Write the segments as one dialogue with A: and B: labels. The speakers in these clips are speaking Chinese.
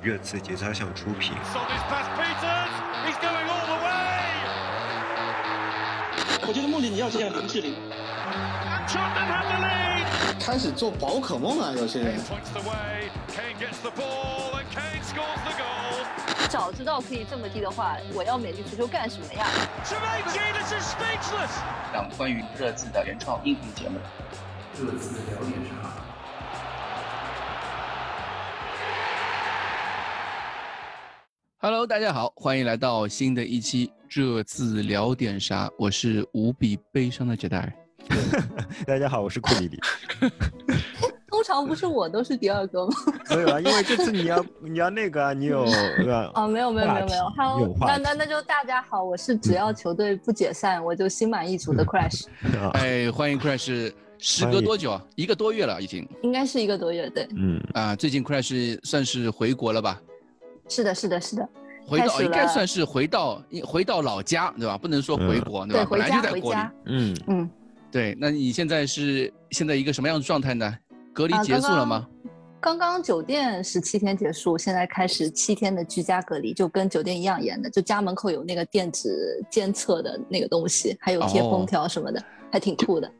A: 热刺节操项出品。
B: On his past Peters, he's going all the way.
C: 我觉得梦里你要这样林志玲。
B: And Tottenham have the lead.
D: 开始做宝可梦啊，有些人
B: Points the way. Kane gets the ball, and Kane scores the goal.
E: 早知道可以这么低的话，我要美丽足球干什么呀？
B: Jermaine Genius is speechless.
F: 档关于热字的原创音频节目。Hello，大家好，欢迎来到新的一期《这次聊点啥》，我是无比悲伤的 Jedi。
A: 大家好，我是库里里。
E: 通常不是我都是第二 个吗？
A: 没有啊，因为这次你要你要那个啊，你有对吧？
E: 啊，没有没有没有没有
A: 话题有
E: ，Hello，
A: 话
E: 那
A: 题
E: 那那就大家好，我是只要球队不解散，我就心满意足的 Crash，
A: 啊
F: 哎，欢迎 Crash，时
A: 欢
F: 隔
A: 迎
F: 多久啊？一个多月了已经
E: 应该是一个多月，对，
A: 嗯，
F: 啊、最近 Crash 算是回国了吧？
E: 是的，是的，是的，
F: 回
E: 开
F: 到
E: 始
F: 应该
E: 了
F: 算是回到回到老家对吧？不能说回
A: 嗯
F: 国、对
E: 对，
F: 吧？本
E: 回
F: 来就
E: 家
F: 在
E: 回
F: 国里。
E: 家，
A: 嗯，
E: 嗯，
F: 对，那你现在是现在一个什么样的状态呢？隔离
E: 啊
F: 结束了吗？？
E: 刚刚刚刚酒店十七天结束，现在开始七天的居家隔离，就跟酒店一样严的，就家门口有那个电子监测的那个东西，还有贴
F: 哦
E: 封条什么的，还挺酷的。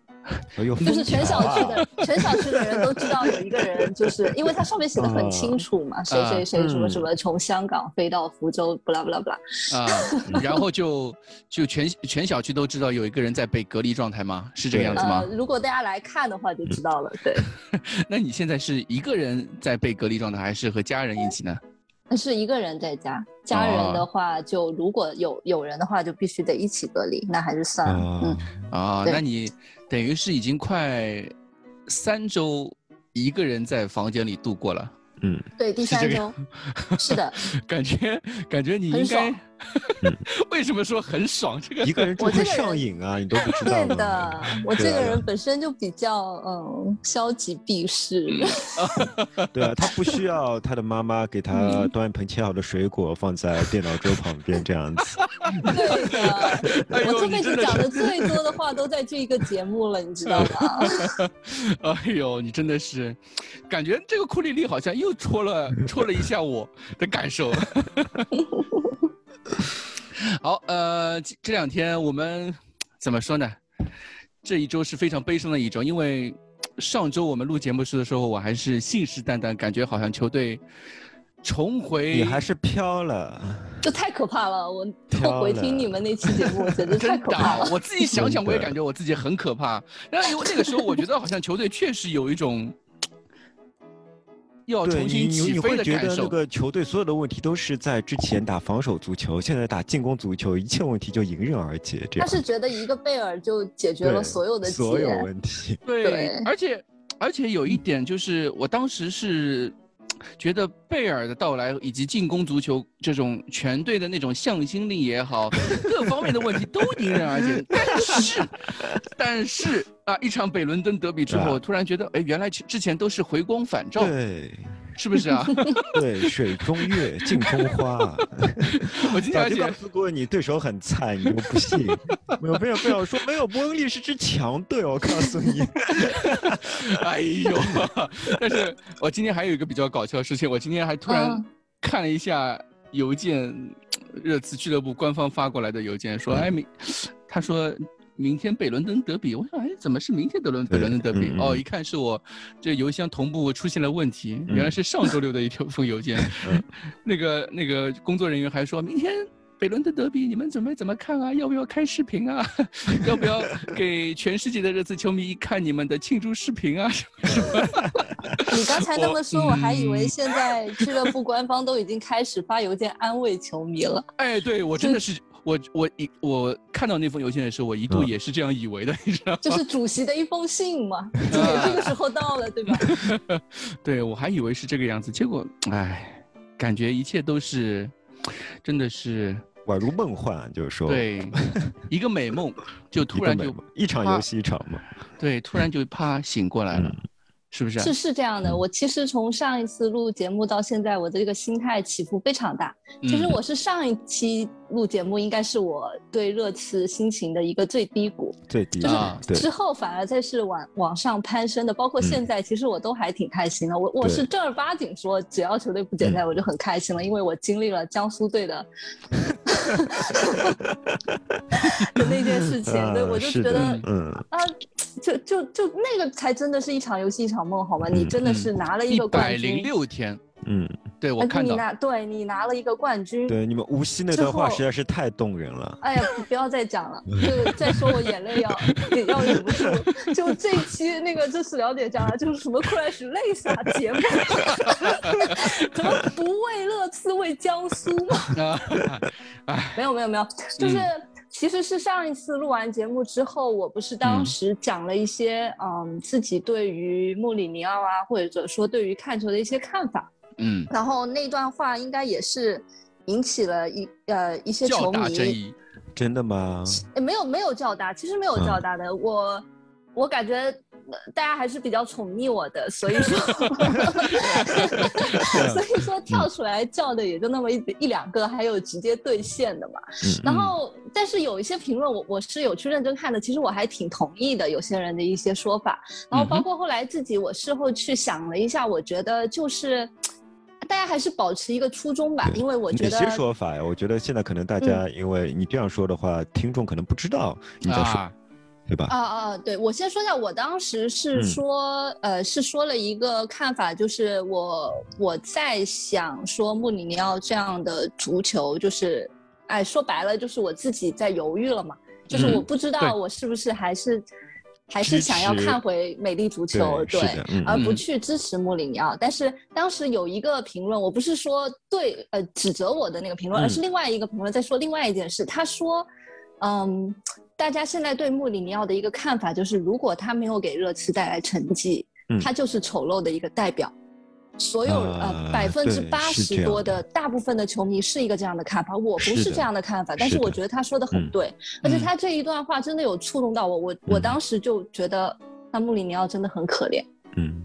A: 哎呦，
E: 就是全小区
A: 啊，
E: 的全小区的人都知道有一个人，就是因为他上面写的很清楚嘛，谁谁谁什么什么从香港飞到福州，不啦不啦不啦。
F: 啊、然后就就全全小区都知道有一个人在被隔离状态吗？是这个样子吗
E: 呃？，如果大家来看的话就知道了。对，
F: 那你现在是一个人在被隔离状态，还是和家人一起呢？
E: 但是一个人在家，家人的话就如果有有人的话就必须得一起隔离，那还是算了。嗯
A: 啊，
F: 啊，
E: 对
F: 那你等于是已经快三周一个人在房间里度过了，
A: 嗯，
E: 对，第
F: 是
E: 三
F: 这个
E: 周，是的，
F: 感觉感觉你应该
E: 很
F: 为什么说很爽？这个
A: 一个人住
E: 我这
A: 会
E: 个人
A: 上瘾啊，你都不知道
E: 对
A: 吗
E: 的，我这
A: 对啊
E: 个人本身就比较嗯消极避世，
A: 对啊，他不需要他的妈妈给他
E: 嗯
A: 端一盆切好的水果放在电脑桌旁边这样 子。
E: 对的，
F: 哎呦
E: 我这辈
F: 你
E: 子
F: 真的
E: 讲
F: 是
E: 的最多的话都在这一个节目了，你知道 吗？
F: 哎呦，你真的是，感觉这个库里丽好像又戳了戳了一下我的感受。 好，呃，这这两天我们怎么说呢？这一周是非常悲伤的一周，因为上周我们录节目时的时候，我还是信誓旦旦，感觉好像球队重回。
A: 你还是飘了，
E: 这太可怕了！我
A: 挑
E: 我回听你们那期节目，简直太
F: 真
E: 可
F: 的
E: 怕
F: 啊
E: 了，。
F: 我自己想想，
A: 真的
F: 我也感觉我自己很可怕。然后因为那个时候，我觉得好像球队确实有一种
E: 哦
F: 要
A: 对
F: 重
A: 你你
F: 新起
A: 你
F: 飞
A: 会
F: 的
A: 觉
F: 感
A: 得那
F: 受。
A: 个球队所有的问题都是在之前打防守足球，现在打进攻足球，一切问题就迎刃而解。这
E: 他
A: 样
E: 是觉得一个贝尔就解决
A: 对
E: 了所有的
A: 所有
E: 结，
A: 问 题，
F: 对
E: 对，
F: 而且而且有一点就是，我当时是觉得贝尔的到来以及进攻足球这种全队的那种向心力也好，各方面的问题 都迎刃而解。但是，但是啊，一场北伦敦德比之后，
A: 啊
F: 我突然觉得，哎，原来之之前都是回光返照，
A: 对
F: 是不是啊？
A: 对，水中月，镜中花。
F: 我今
A: 早
F: 天而
A: 就告
F: 且。
A: 诉过你对手很菜，你又不信。没有贝尔贝尔说没有，伯恩利是支强队，我告诉你。
F: 哎呦！但是我今天还有一个比较搞笑的事情，我今天还突然
E: 嗯
F: 看了一下邮件，热刺俱乐部官方发过来的邮件，说哎明，他说明天北伦敦德比，我想哎怎么是明天德伦北
A: 对
F: 伦敦德比？
A: 嗯嗯
F: 哦，一看是我这邮箱同步出现了问题，原来是上周六的一条封邮件，
A: 嗯
F: 那个那个工作人员还说明天。北伦敦德比，你们准备怎么看啊？要不要开视频啊？ 要不要给全世界的热刺球迷看你们的庆祝视频啊？
E: 你刚才那么说，
F: 我
E: 我还以为
F: 嗯
E: 现在俱乐部官方都已经开始发邮件安慰球迷了。
F: 哎，对我真的是，我我一我看到那封邮件的时候，我一度
A: 嗯
F: 也是这样以为的，你知道吗？
E: 就是主席的一封信嘛，重点这个时候到了，对吧？
F: 对我还以为是这个样子，结果哎，感觉一切都是，真的是
A: 宛如梦幻，啊就是说，
F: 对一个美梦，就
A: 一
F: 突
A: 个
F: 然
A: 美
F: 就
A: 梦，一场
F: 啪
A: 游戏一场梦。嗯
F: 对，突然就啪醒过来了。是不是？啊
E: 是是这样的，我其实从上一次录节目到现在，我的这个心态起伏非常大。其实
F: 嗯
E: 我是上一期录节目，应该是我对热刺心情的一个最低谷，
A: 最低
E: 就是
F: 啊
A: 对嗯
E: 之后反而才是往往上攀升的。包括现在，其实我都还挺开心的。我我
A: 对嗯
E: 是正儿八经说，只要球队不解散，我就很开心了，因为我经历了江苏 队的的那件事情，对
A: 啊
E: 我就是觉
A: 的
E: 得
A: 嗯，
E: 啊，就就就那个才真的是一场游戏一场梦，好吗？
A: 嗯
E: 你真的是
F: 嗯
E: 拿了一
F: 一
E: 个冠
F: 百
E: 军，
F: 零六天，
A: 嗯，
F: 对我
E: 而且
F: 看
E: 你
F: 到
E: 拿对你拿了一个冠军，
A: 对，你们无锡那段话
E: 之后
A: 实在是太动人了。
E: 哎呀，不不要再 讲了，就再说我眼泪要也要忍不住。就这一期那个真是了解讲了，就是什么困难时泪洒节目， 怎么不为乐刺为江苏吗？
F: 啊，
E: 没有没有没有，就是、
F: 嗯
E: 其实是上一次录完节目之后，我不是
F: 嗯
E: 当时讲了一些嗯自己对于穆里尼奥啊，或者说对于看球的一些看法，
F: 嗯，
E: 然后那段话应该也是引起了一呃一些
F: 较
E: 球
F: 大争
E: 迷，
F: 议，
A: 真的吗？
E: 诶没有没有叫大，其实没有
F: 嗯
E: 叫大的，我我感觉。呃大家还是比较宠溺我的，所以 说，
F: 啊
E: 所以
F: 嗯
E: 说跳出来叫的也就那么一一两个，还有直接兑现的嘛。
A: 嗯
E: 然后，但是有一些评论我，我是有去认真看的，其实我还挺同意的有些人的一些说法。然后
F: 嗯
E: 包
F: 哼
E: 括后来自己，我事后去想了一下，我觉得就是大家还是保持一个初衷吧，
A: 对
E: 因为我觉
A: 哪
E: 得嗯
A: 些说法呀？我觉得现在可能大家因为你这样说的话，听众可能不知道你在说，
F: 啊，
A: 对吧？
E: 啊啊，对我先说一下，我当时是
A: 嗯
E: 说，呃，是说了一个看法，就是我我在想说穆里尼奥这样的足球，就是，哎，说白了就是我自己在犹豫了嘛，就是
A: 嗯
E: 我不知
F: 对
E: 道我是不是还是、还
A: 支
E: 是想要
A: 持
E: 看回美丽足球，
A: 对，是的，嗯嗯
E: 而呃不
F: 嗯
E: 去支持穆里尼奥。但是当时有一个评论，我不是说对呃指责我的那个评论，
A: 嗯
E: 而是另外一个评论在说另外一件事。他说，嗯，大家现在对穆里尼奥的一个看法就是，如果他没有给热刺带来成绩，
A: 嗯
E: 他就是丑陋的一个代表。所有
A: 啊
E: 呃百分之
A: 对
E: 八
A: 是这
E: 十
A: 样
E: 多
A: 的
E: 的大部分的球迷是一个这样的看法，我不
A: 是
E: 是
A: 的
E: 这样的看法，但
A: 是
E: 是我
A: 的
E: 觉得他说的很
A: 嗯
E: 对，而且
F: 嗯
E: 他这一段话真的有触动到我，我我
A: 嗯
E: 当时就觉得那穆里尼奥真的很可怜。
A: 嗯，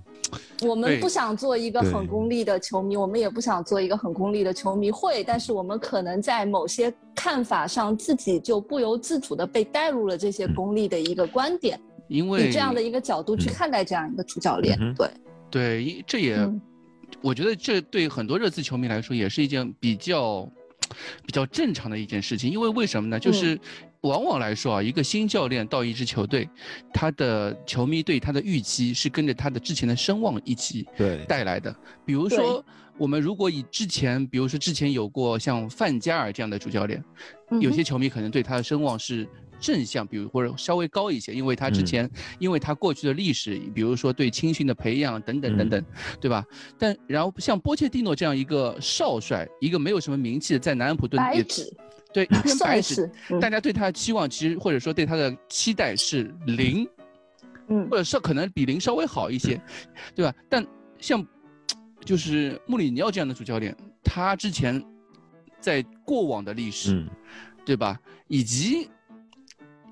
E: 我们
F: 对
E: 不想做一个
A: 对
E: 很功利的球迷，我们也不想做一个很功利的球迷会，但是我们可能在某些看法上，自己就不由自主的被带入了这
F: 嗯
E: 些功利的一个观点，
F: 因为
E: 以这样的一个角度去看待这样一个主教练。
A: 嗯哼
E: 对，
F: 对，因这嗯也
E: 嗯
F: 我觉得这对很多热刺球迷来说也是一件比较比较正常的一件事情，因为为什么呢？就
E: 嗯
F: 是往往来说啊，一个新教练到一支球队，他的球迷对他的预期是跟着他的之前的声望一起
A: 对，
F: 带来的。比如
E: 对
F: 说，我们如果以之前，比如说之前有过像范加尔这样的主教练，
E: 嗯哼
F: 有些球迷可能对他的声望是正向，比如或者稍微高一些，因为他之
A: 嗯
F: 前，因为他过去的历史，比如说对青训的培养等等等等，对吧？但然后像波切蒂诺这样一个少帅，一个没有什么名气的，在南安普顿
E: 白
F: 也
E: 纸
F: 对一篇白
E: 算
F: 纸
E: 是，，嗯
F: 大家对他的期望其实或者说对他的期待是零，
E: 嗯
F: 或者是可能比零稍微好一些，对吧？但像就是穆里尼奥这样的主教练，他之前在过往的历史，
A: 嗯
F: 对吧？以及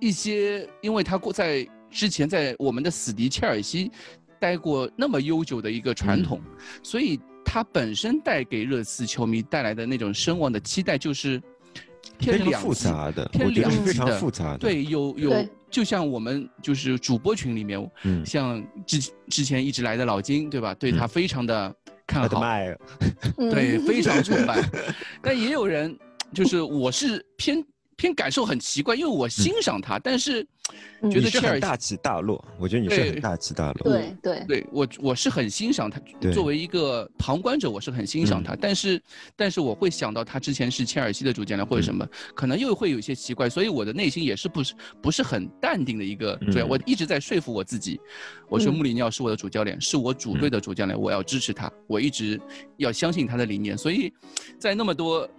F: 一些，因为他过在之前在我们的死敌切尔西待过那么悠久的一个
A: 嗯
F: 传统，所以他本身带给热刺球迷带来的那种声望的期待就是
A: 非
F: 偏
A: 常
F: 两
A: 复
F: 极，
A: 杂的，
F: 偏
A: 我觉得是
F: 两
A: 非
F: 极
A: 常
F: 的
A: 复杂的，，
F: 对，有有
E: 对，
F: 就像我们就是主播群里面，
A: 嗯，
F: 像之之前一直来的老金，对吧？对他
A: 嗯
F: 非常的看
A: 我的
F: 好，
A: 妈呀，
E: 嗯
F: 对，非常崇 拜。但也有人，就是我是偏偏感受很奇怪，因为我欣赏他，但是
E: 嗯
F: 觉
A: 你
F: 得
A: 是
F: 切尔
A: 很
F: 西
A: 大起大落，我觉得你是
F: 对
A: 很大起大落，
E: 对对
F: 对我我是很欣赏他
A: 对，嗯
F: 作为一个旁观者，我是很欣赏他，但是但是我会想到他之前是切尔西的主教练
A: 嗯
F: 或者什么，可能又会有一些奇怪，所以我的内心也是不是不是很淡定的一个主教练，
A: 嗯
F: 我一直在说服我自己，我说
E: 嗯
F: 穆里尼奥是我的主教练，是我主
A: 嗯
F: 队的主教练，我要支持他，我一直要相信他的理念，所以在那么多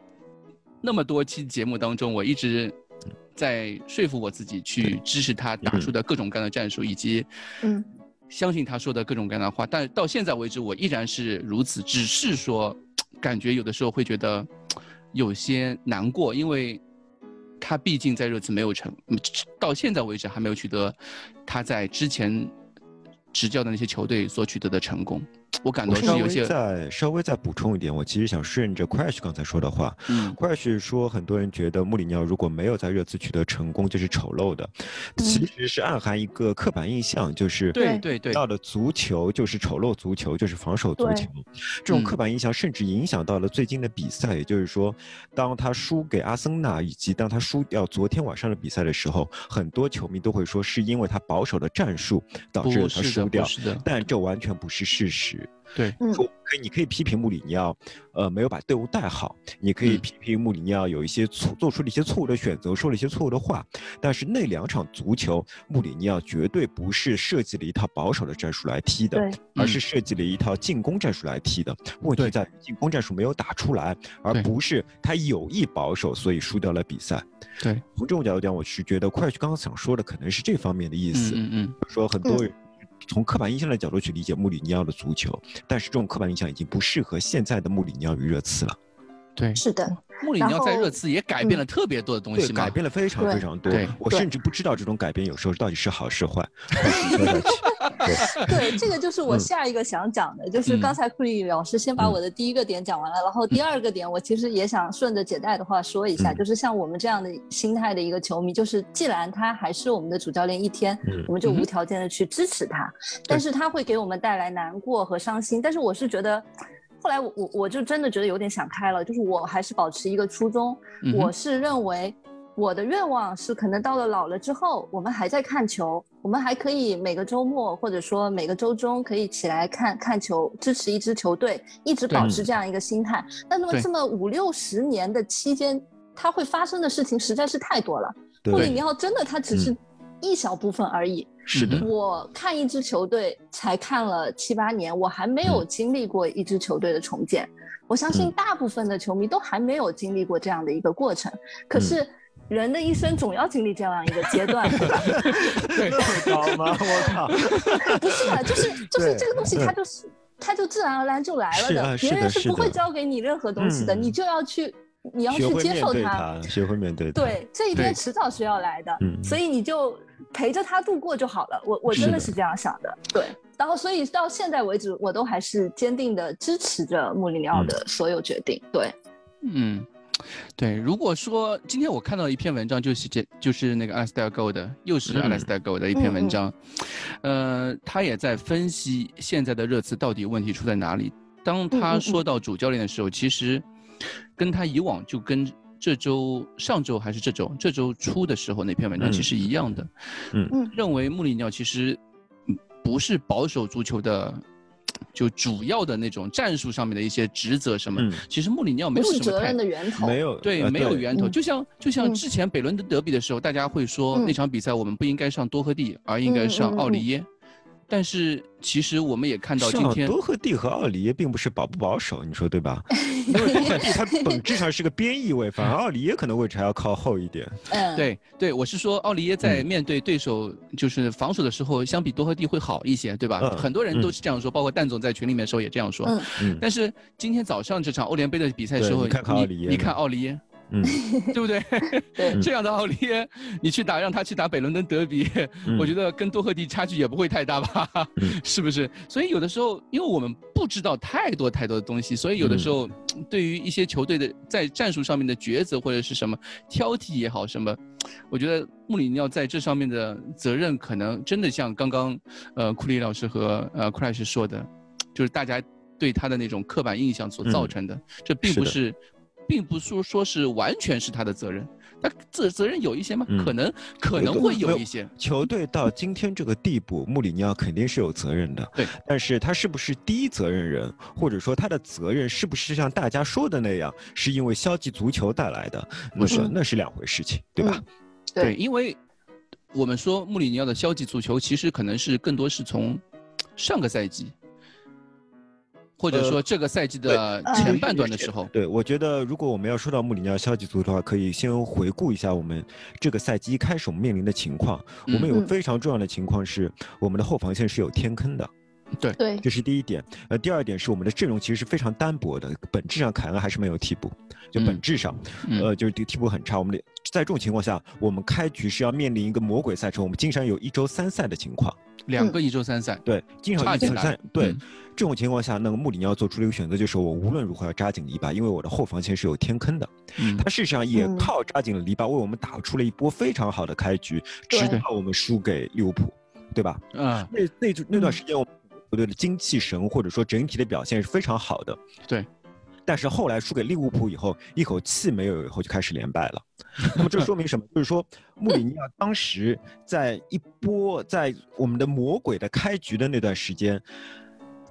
F: 那么多期节目当中，我一直。
A: 嗯
F: 在说服我自己去支持他打出的各种各样的战术，以及
E: 嗯
F: 相信他说的各种各样的话，但到现在为止，我依然是如此，只是说，感觉有的时候会觉得有些难过，因为他毕竟在热刺没有成，嗯到现在为止还没有取得他在之前执教的那些球队所取得的成功。我感
A: 我
F: 到是
A: 稍
F: 有
A: 微
F: 些，
A: 再稍微再补充一点，我其实想顺着 Crash 刚才说的话，
F: 嗯，
A: 快是说，很多人觉得穆里尼奥如果没有在热刺取得成功，就是丑陋的，其实是暗含一个刻板印象，就是
F: 嗯对
E: 对
F: 对对，
A: 到的足球就是丑陋足球，就是防守足球。这
F: 嗯
A: 种刻板印象甚至影响到了最近的比赛，也就是说，当他输给阿森纳以及当他输掉昨天晚上的比赛的时候，很多球迷都会说是因为他保守的战术导
F: 不
A: 致了他
F: 是的，
A: 输
F: 不
A: 掉，
F: 是的，
A: 但这完全不是事实。
F: 对，
E: 嗯
A: 说可以，你可以批评穆里尼奥，呃，没有把队伍带好，你可以
F: 嗯
A: 批评穆里尼奥有一些错，做出了一些错误的选择，说了一些错误的话。但是那两场足球，穆里尼奥绝对不是设计了一套保守的战术来踢的
E: 对，
A: 而是设计了一套进攻战术来踢的。问题
F: 嗯对
A: 在于进攻战术没有打出来，而
F: 对
A: 不是他有意保守，所以输掉了比赛。
F: 对，
A: 从这种角度讲，我是觉得快去刚刚想说的可能是这方面的意思。
F: 嗯嗯嗯，
A: 说很多人从刻板印象的角度去理解穆里尼奥的足球，但是这种刻板印象已经不适合现在的穆里尼奥与热刺了，
F: 对。
E: 是的，
F: 穆里尼
E: 然
F: 奥在
E: 后
F: 热刺也改变了特别多的东
A: 对，
F: 西嘛，
A: 改变了非常
E: 对
A: 非常多
F: 对。
A: 我
E: 对
A: 甚至不知道这种改变有时候到底是好是 坏。
E: 对，这个就是我
A: 嗯
E: 下一个想讲的，就是
F: 嗯
E: 刚才库里老师先把
A: 嗯
E: 我的第一个点讲完了，然后第二个点我其实也想顺着姐带的话说一下，
A: 嗯
E: 就是像我们这样的心态的一个球迷，就是既然他还是我们的主教练一天，
A: 嗯
E: 我们就
F: 嗯哼
E: 无条件的去支持他，但是他会给我们带来难过和伤心，但是我是觉得。后来我我我就真的觉得有点想开了，就是我还是保持一个初衷，
F: 嗯哼
E: 我是认为我的愿望是，可能到了老了之后，我们还在看球，我们还可以每个周末或者说每个周中可以起来看看球，支持一支球队，一直
F: 对嗯
E: 保持这样一个心态。那那么
F: 对
E: 这么五六十年的期间，它会发生的事情实在是太多了。
A: 对
E: 穆里尼奥真的他只是一小部分而已。
A: 是的
F: 嗯，
E: 我看一支球队才看了七八年，我还没有经历过一支球队的重建。我相信
A: 嗯
E: 大部分的球迷都还没有经历过这样的一个过程。可是人的一生总要经历这样一个 阶段，对吧？
A: 那么高 吗？我靠！
E: 不是啊，就是就是
A: 对
E: 这个东西，它就是它就自然而然就来了
A: 是啊
E: 的，
A: 是
E: 别
A: 的
E: 人是
A: 是
E: 不会
A: 的
E: 教给你任何东西的，
A: 嗯
E: 你就要去你要
A: 学
E: 去
A: 会
E: 接
A: 面
E: 受
A: 对
E: 它。
A: 它，学会面对它。
E: 对，这一天
F: 对
E: 迟早是要来的，
A: 嗯
E: 所以你就陪着他度过就好了。我我
A: 是
E: 真的
A: 的
E: 是这样想的，对。然后，所以到现在为止，我都还是坚定的支持着穆里尼
A: 嗯
E: 奥的所有决定。对，
F: 嗯，对。如果说今天我看到一篇文章，就是这就是那个 Alastair g o 的，又是
A: 嗯
F: Alastair g o 的一篇
E: 嗯
F: 文
E: 嗯
F: 章，呃，他也在分析现在的热刺到底问题出在哪里。当
E: 嗯
F: 他
E: 嗯
F: 说到主教练的时候，其实跟他以往就跟这周、上周还是这周、这周初的时候那篇文章
A: 嗯
F: 其实一样的。
A: 嗯
E: 嗯
F: 认为穆里尼奥其实嗯不是保守足球的。就主要的那种战术上面的一些职责什么，
A: 嗯
F: 其实穆里尼奥没
E: 不
F: 有
E: 是
F: 什么
E: 责
F: 太
E: 任的源头。
A: 没有
F: 哦对，
A: 呃
F: 没有源头。
E: 嗯
F: 就像就像
E: 嗯
F: 之前北伦敦德比的时候，大家会说
E: 嗯
F: 那场比赛我们不应该上多赫蒂，而应该
E: 嗯
F: 上
E: 嗯嗯
F: 奥里耶。但是其实我们也看到今
A: 像
F: 天，
A: 啊多赫蒂和奥里耶并不是保不保守，你说对吧？因为多赫蒂 他本质上是个边翼位，反而奥里耶可能位置还要靠后一点。
E: 嗯，
F: 对对，我是说奥里耶在
A: 嗯
F: 面对对手就是防守的时候，相比多赫蒂会好一些，对吧？
A: 嗯
F: 很多人都
A: 嗯
F: 是这样说，包括蛋总在群里面的时候也这样说。
E: 嗯
A: 嗯
F: 但是今天早上这场欧联杯的比赛
A: 对
F: 时候，
A: 你看看奥里耶
F: 你
A: 呢
F: 看奥里耶，
A: 嗯，
F: 对不对？
E: 对
F: 这样的奥利耶，你去打让他去打北伦敦德比，
A: 嗯
F: 我觉得跟多赫蒂差距也不会太大吧？
A: 嗯
F: 是不是？所以有的时候，因为我们不知道太多太多的东西，所以有
A: 嗯
F: 的时候、对于一些球队的在战术上面的抉择或者是什么挑剔也好什么，我觉得穆里尼奥在这上面的责任可能真的像刚刚呃库里老师和呃库莱什说的，就是大家对他的那种刻板印象所造
A: 嗯
F: 成的，这并
A: 是
F: 不
A: 的
F: 是，并不说说是完全是他的责任，他责责任有一些吗？
A: 嗯
F: 可能可
A: 有
F: 能
A: 的
F: 会
A: 没
F: 有
A: 有
F: 一些，
A: 球队到今天这个地步，穆里尼奥肯定是有责任的。
F: 对，
A: 但是他是不是第一责任人，或者说他的责任是不是像大家说的那样，是因为消极足球带来的？那是
E: 嗯
A: 那是两回事情，对
F: 嗯
A: 吧？
E: 对
F: 因为我们说穆里尼奥的消极足球，其实可能是更多是从上个赛季，或者
A: 呃
F: 说这个赛季的
E: 对
F: 前半段的时候，
A: 对，我觉得如果我们要说到穆里尼奥消极足球的话，可以先回顾一下我们这个赛季一开始我们面临的情况。我们有
E: 嗯
A: 非常重要的情况是，我们的后防线是有天坑的。
E: 对
A: 这是第一点。呃，第二点是我们的阵容其实是非常单薄的，本质上凯恩还是没有替补，就本
F: 嗯
A: 质上，
F: 嗯
A: 呃，就是替补很差。我们的在这种情况下，我们开局是要面临一个魔鬼赛程，我们经常有一周三赛的情况。
F: 两个一周参赛，
A: 对，经常
F: 差
A: 一
F: 点
A: 分
F: 打
A: 三，对、
F: 嗯
A: 这种情况下，那个穆里尼奥做出了一个选择，就是我无论如何要扎紧篱笆，因为我的后防线是有天坑的。
F: 嗯
A: 他事实上也
E: 嗯
A: 靠扎紧了篱笆，为我们打出了一波非常好的开局，直
F: 对
A: 到我们输给利物浦，对吧？
F: 啊，
A: 那那那段
E: 嗯
A: 时间，我们球队的精气神或者说整体的表现是非常好的。
F: 对。
A: 但是后来输给利物浦以后，一口气没有以后就开始连败了。那么这说明什么？就是说穆里尼奥当时在一波在我们的魔鬼的开局的那段时间，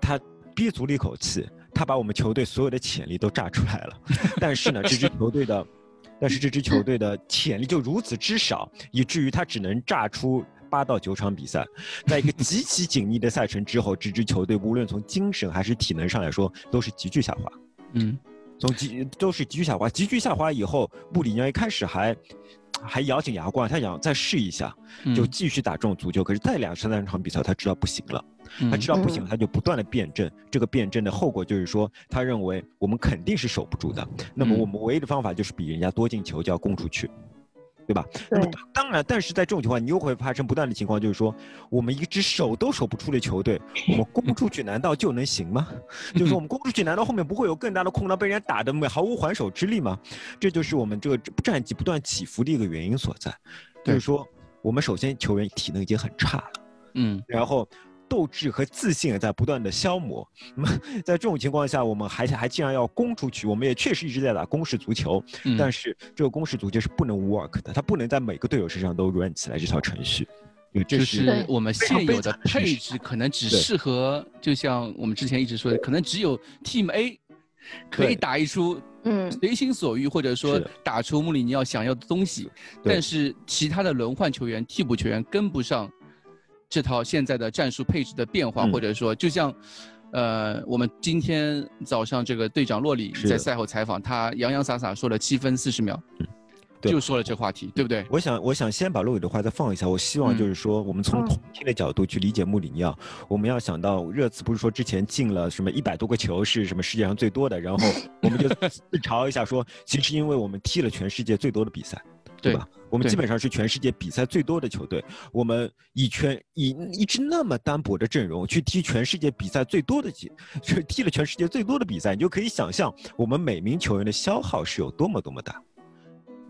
A: 他憋足了一口气，他把我们球队所有的潜力都炸出来了。但是呢，这支球队的，但是这支球队的潜力就如此之少，以至于他只能炸出八到九场比赛。在一个极其紧密的赛程之后，这支球队无论从精神还是体能上来说，都是急剧下滑。
F: 嗯，
A: 从急都是急剧下滑，急剧下滑以后，穆里尼奥一开始还还咬紧牙关，他想再试一下，
F: 嗯
A: 就继续打这种足球。可是再两三场比赛，他知道不行了，他知道不行，
E: 嗯
A: 他就不断的辩证。这个辩证的后果就是说，他认为我们肯定是守不住的，那么
F: 嗯
A: 我们唯一的方法就是比人家多进球，就要攻出去。对吧？那么
E: 对
A: 当然，但是在这种情况，你又会发生不断的情况，就是说，我们一支手都守不住的球队，我们攻出去难道就能行吗？ 就是说我们攻出去，难道后面不会有更大的空档被人家打的毫无还手之力吗？这就是我们这个战绩不断起伏的一个原因所在。就
F: 对
A: 是说，我们首先球员体能已经很差了，
F: 嗯
A: 然后斗志和自信也在不断的消磨。那么在这种情况下，我们还还竟然要攻出去，我们也确实一直在打攻势足球，
F: 嗯，
A: 但是这个攻势足球是不能 work 的，它不能在每个队友身上都 run 起来这套程序。因为这
F: 就是是我们现有的配
A: 非常悲
F: 置可能只
A: 对
F: 适合，就像我们之前一直说的，可能只有 Team A 可以
A: 对
F: 打一出
E: 嗯，
F: 随心所欲，或者说
A: 是的
F: 打出穆里尼奥想要的东西，
A: 对
F: 但是其他的轮换球员、替补球员跟不上这套现在的战术配置的变化，
A: 嗯
F: 或者说就像。呃，我们今天早上这个队长洛里
A: 是嗯
F: 在赛后采访，他洋洋洒洒说了七分四十秒，
A: 对
F: 就说了这话题，对不对？
A: 我想，我想先把洛宇的话再放一下。我希望就是说，我们从
E: 嗯
A: 同听的角度去理解穆里尼奥。我们要想到热刺不是说之前进了什么一百多个球是什么世界上最多的，然后我们就自嘲一下说，其实因为我们踢了全世界最多的比赛，对
F: 对
A: 吧？我们
F: 对
A: 基本上是全世界比赛最多的球队。我们以全以一支那么单薄的阵容去踢全世界比赛最多的几， 去踢了全世界最多的比赛，你就可以想象我们每名球员的消耗是有多么多么大。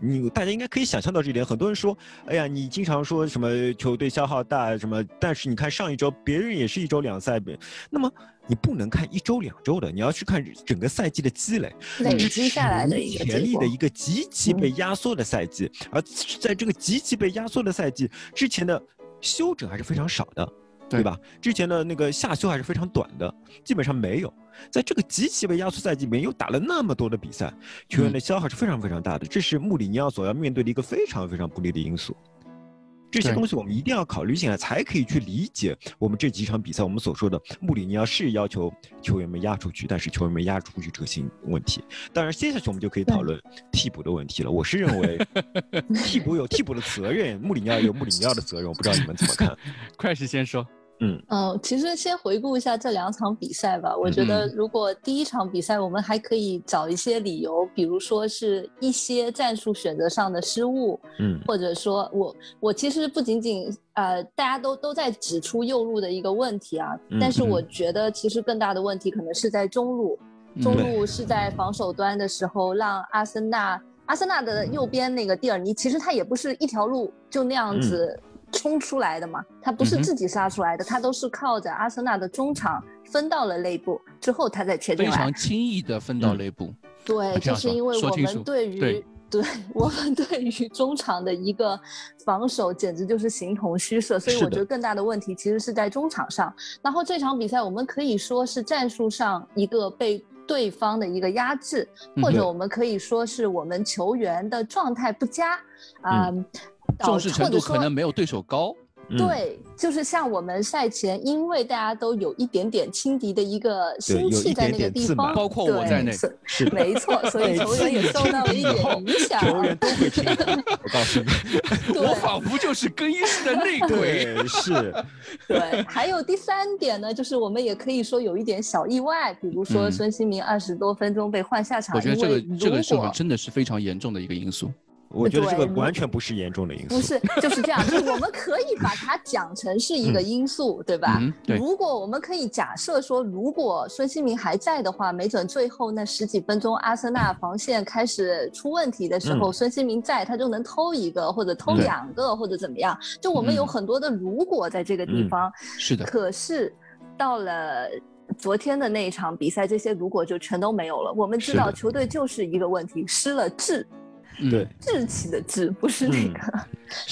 A: 你大家应该可以想象到这一点。很多人说，哎呀，你经常说什么球队消耗大什么，但是你看上一周别人也是一周两赛，别那么你不能看一周两周的，你要去看整个赛季的积累，
E: 累
A: 这
E: 积
A: 是
E: 下来的
A: 无
E: 一个
A: 潜
E: 结
A: 嗯力
E: 果
A: 的。一个极其
E: 嗯
A: 被压缩的赛季，而在这个极其被压缩的赛季之前的休整还是非常少的，
F: 对
A: 吧？之前的那个下休还是非常短的，基本上没有。在这个极其被压缩赛季里面，又打了那么多的比赛，球
F: 嗯
A: 员的消耗是非常非常大的，这是穆里尼奥所要面对的一个非常非常不利的因素。这些
F: 对
A: 东西我们一定要考虑进来，才可以去理解我们这几场比赛我们所说的穆里尼奥是要求球员们压出去，但是球员们压出去这个新问题。当然，接下去我们就可以讨论替补的问题了。我是认 为替补有替补的责任，穆里尼奥有穆里尼奥的责任。我不知道你们怎么看？
F: 快时先说，
E: 嗯，其实先回顾一下这两场比赛吧。我
A: 嗯
E: 觉得，如果第一场比赛我们还可以找一些理由，比如说是一些战术选择上的失误，
A: 嗯
E: 或者说我我其实不仅仅呃，大家都都在指出右路的一个问题啊，
A: 嗯
E: 但是
A: 嗯
E: 我觉得其实更大的问题可能是在中路，中
F: 嗯
E: 路是在防守端的时候让阿森纳。阿森纳的右边那个蒂尔尼，其实他也不是一条路就那样子冲出来的嘛，他不
F: 嗯
E: 是
F: 哼
E: 自己杀出来的，他都是靠着阿森纳的中场分到了内部之后，他再切进
F: 非
E: 来
F: 常。轻易的分
A: 嗯
F: 到内部，
E: 对，
F: 这
E: 就
F: 样
E: 是
F: 说
E: 因为
F: 说
E: 我
F: 清楚
E: 们对于
F: 对
E: 我们对于中场的一个防守简直就是形同虚设，所以
A: 是
E: 我
A: 的
E: 觉得更大的问题其实是在中场上。然后这场比赛我们可以说是战术上一个被对方的一个压制，
F: 嗯
E: 或
F: 对
E: 者我们可以说是我们球员的状态不佳啊。导
F: 嗯重视程
E: 或者
F: 度可
E: 说
F: 能没有对手高。
A: 嗯，
E: 对，就是像我们赛前，因为大家都有一点点轻敌的一个
A: 对有一
E: 心气在
A: 点
E: 那个
A: 点
E: 地
A: 自
E: 方，
A: 满
F: 包括我在
E: 啊对
F: 内
E: 所
A: 是的。
E: 没错，所以
A: 每
E: 球
A: 次
E: 员也
A: 你
E: 受
A: 轻
E: 到了
A: 敌
E: 一
A: 以
E: 点
A: 后
E: 影响。
A: 球员都会 听你的，我告诉你，
F: 我
E: 对
F: 仿佛就是更衣室的 内鬼。
A: 对，是，
E: 对，还有第三点呢，就是我们也可以说有一点小意外，比如说
F: 嗯
E: 孙兴民二十多分钟被换下场，
F: 我觉得这
E: 因为
F: 个这
E: 如
F: 个是
E: 果
F: 真的是非常严重的一个因素。
A: 我觉得这个
E: 对
A: 完全不是严重的因素。
E: 不是，就是这样，就是我们可以把它讲成是一个因素，对吧？
F: 嗯，对，
E: 如果我们可以假设说，如果孙兴民还在的话，没准最后那十几分钟，阿森纳防线开始出问题的时候，孙兴民在，他就能偷一个或者偷
A: 对
E: 两个或者怎么样。就我们有
F: 嗯
E: 很多的如果在这个地
A: 嗯
E: 方，
F: 是的，
E: 可是到了昨天的那一场比赛，这些如果就全都没有了。我们知
A: 是
E: 道
A: 的
E: 球队就是一个问题，失了志，
F: 嗯
A: 对，
E: 志气的志，不是那
A: 嗯
E: 个。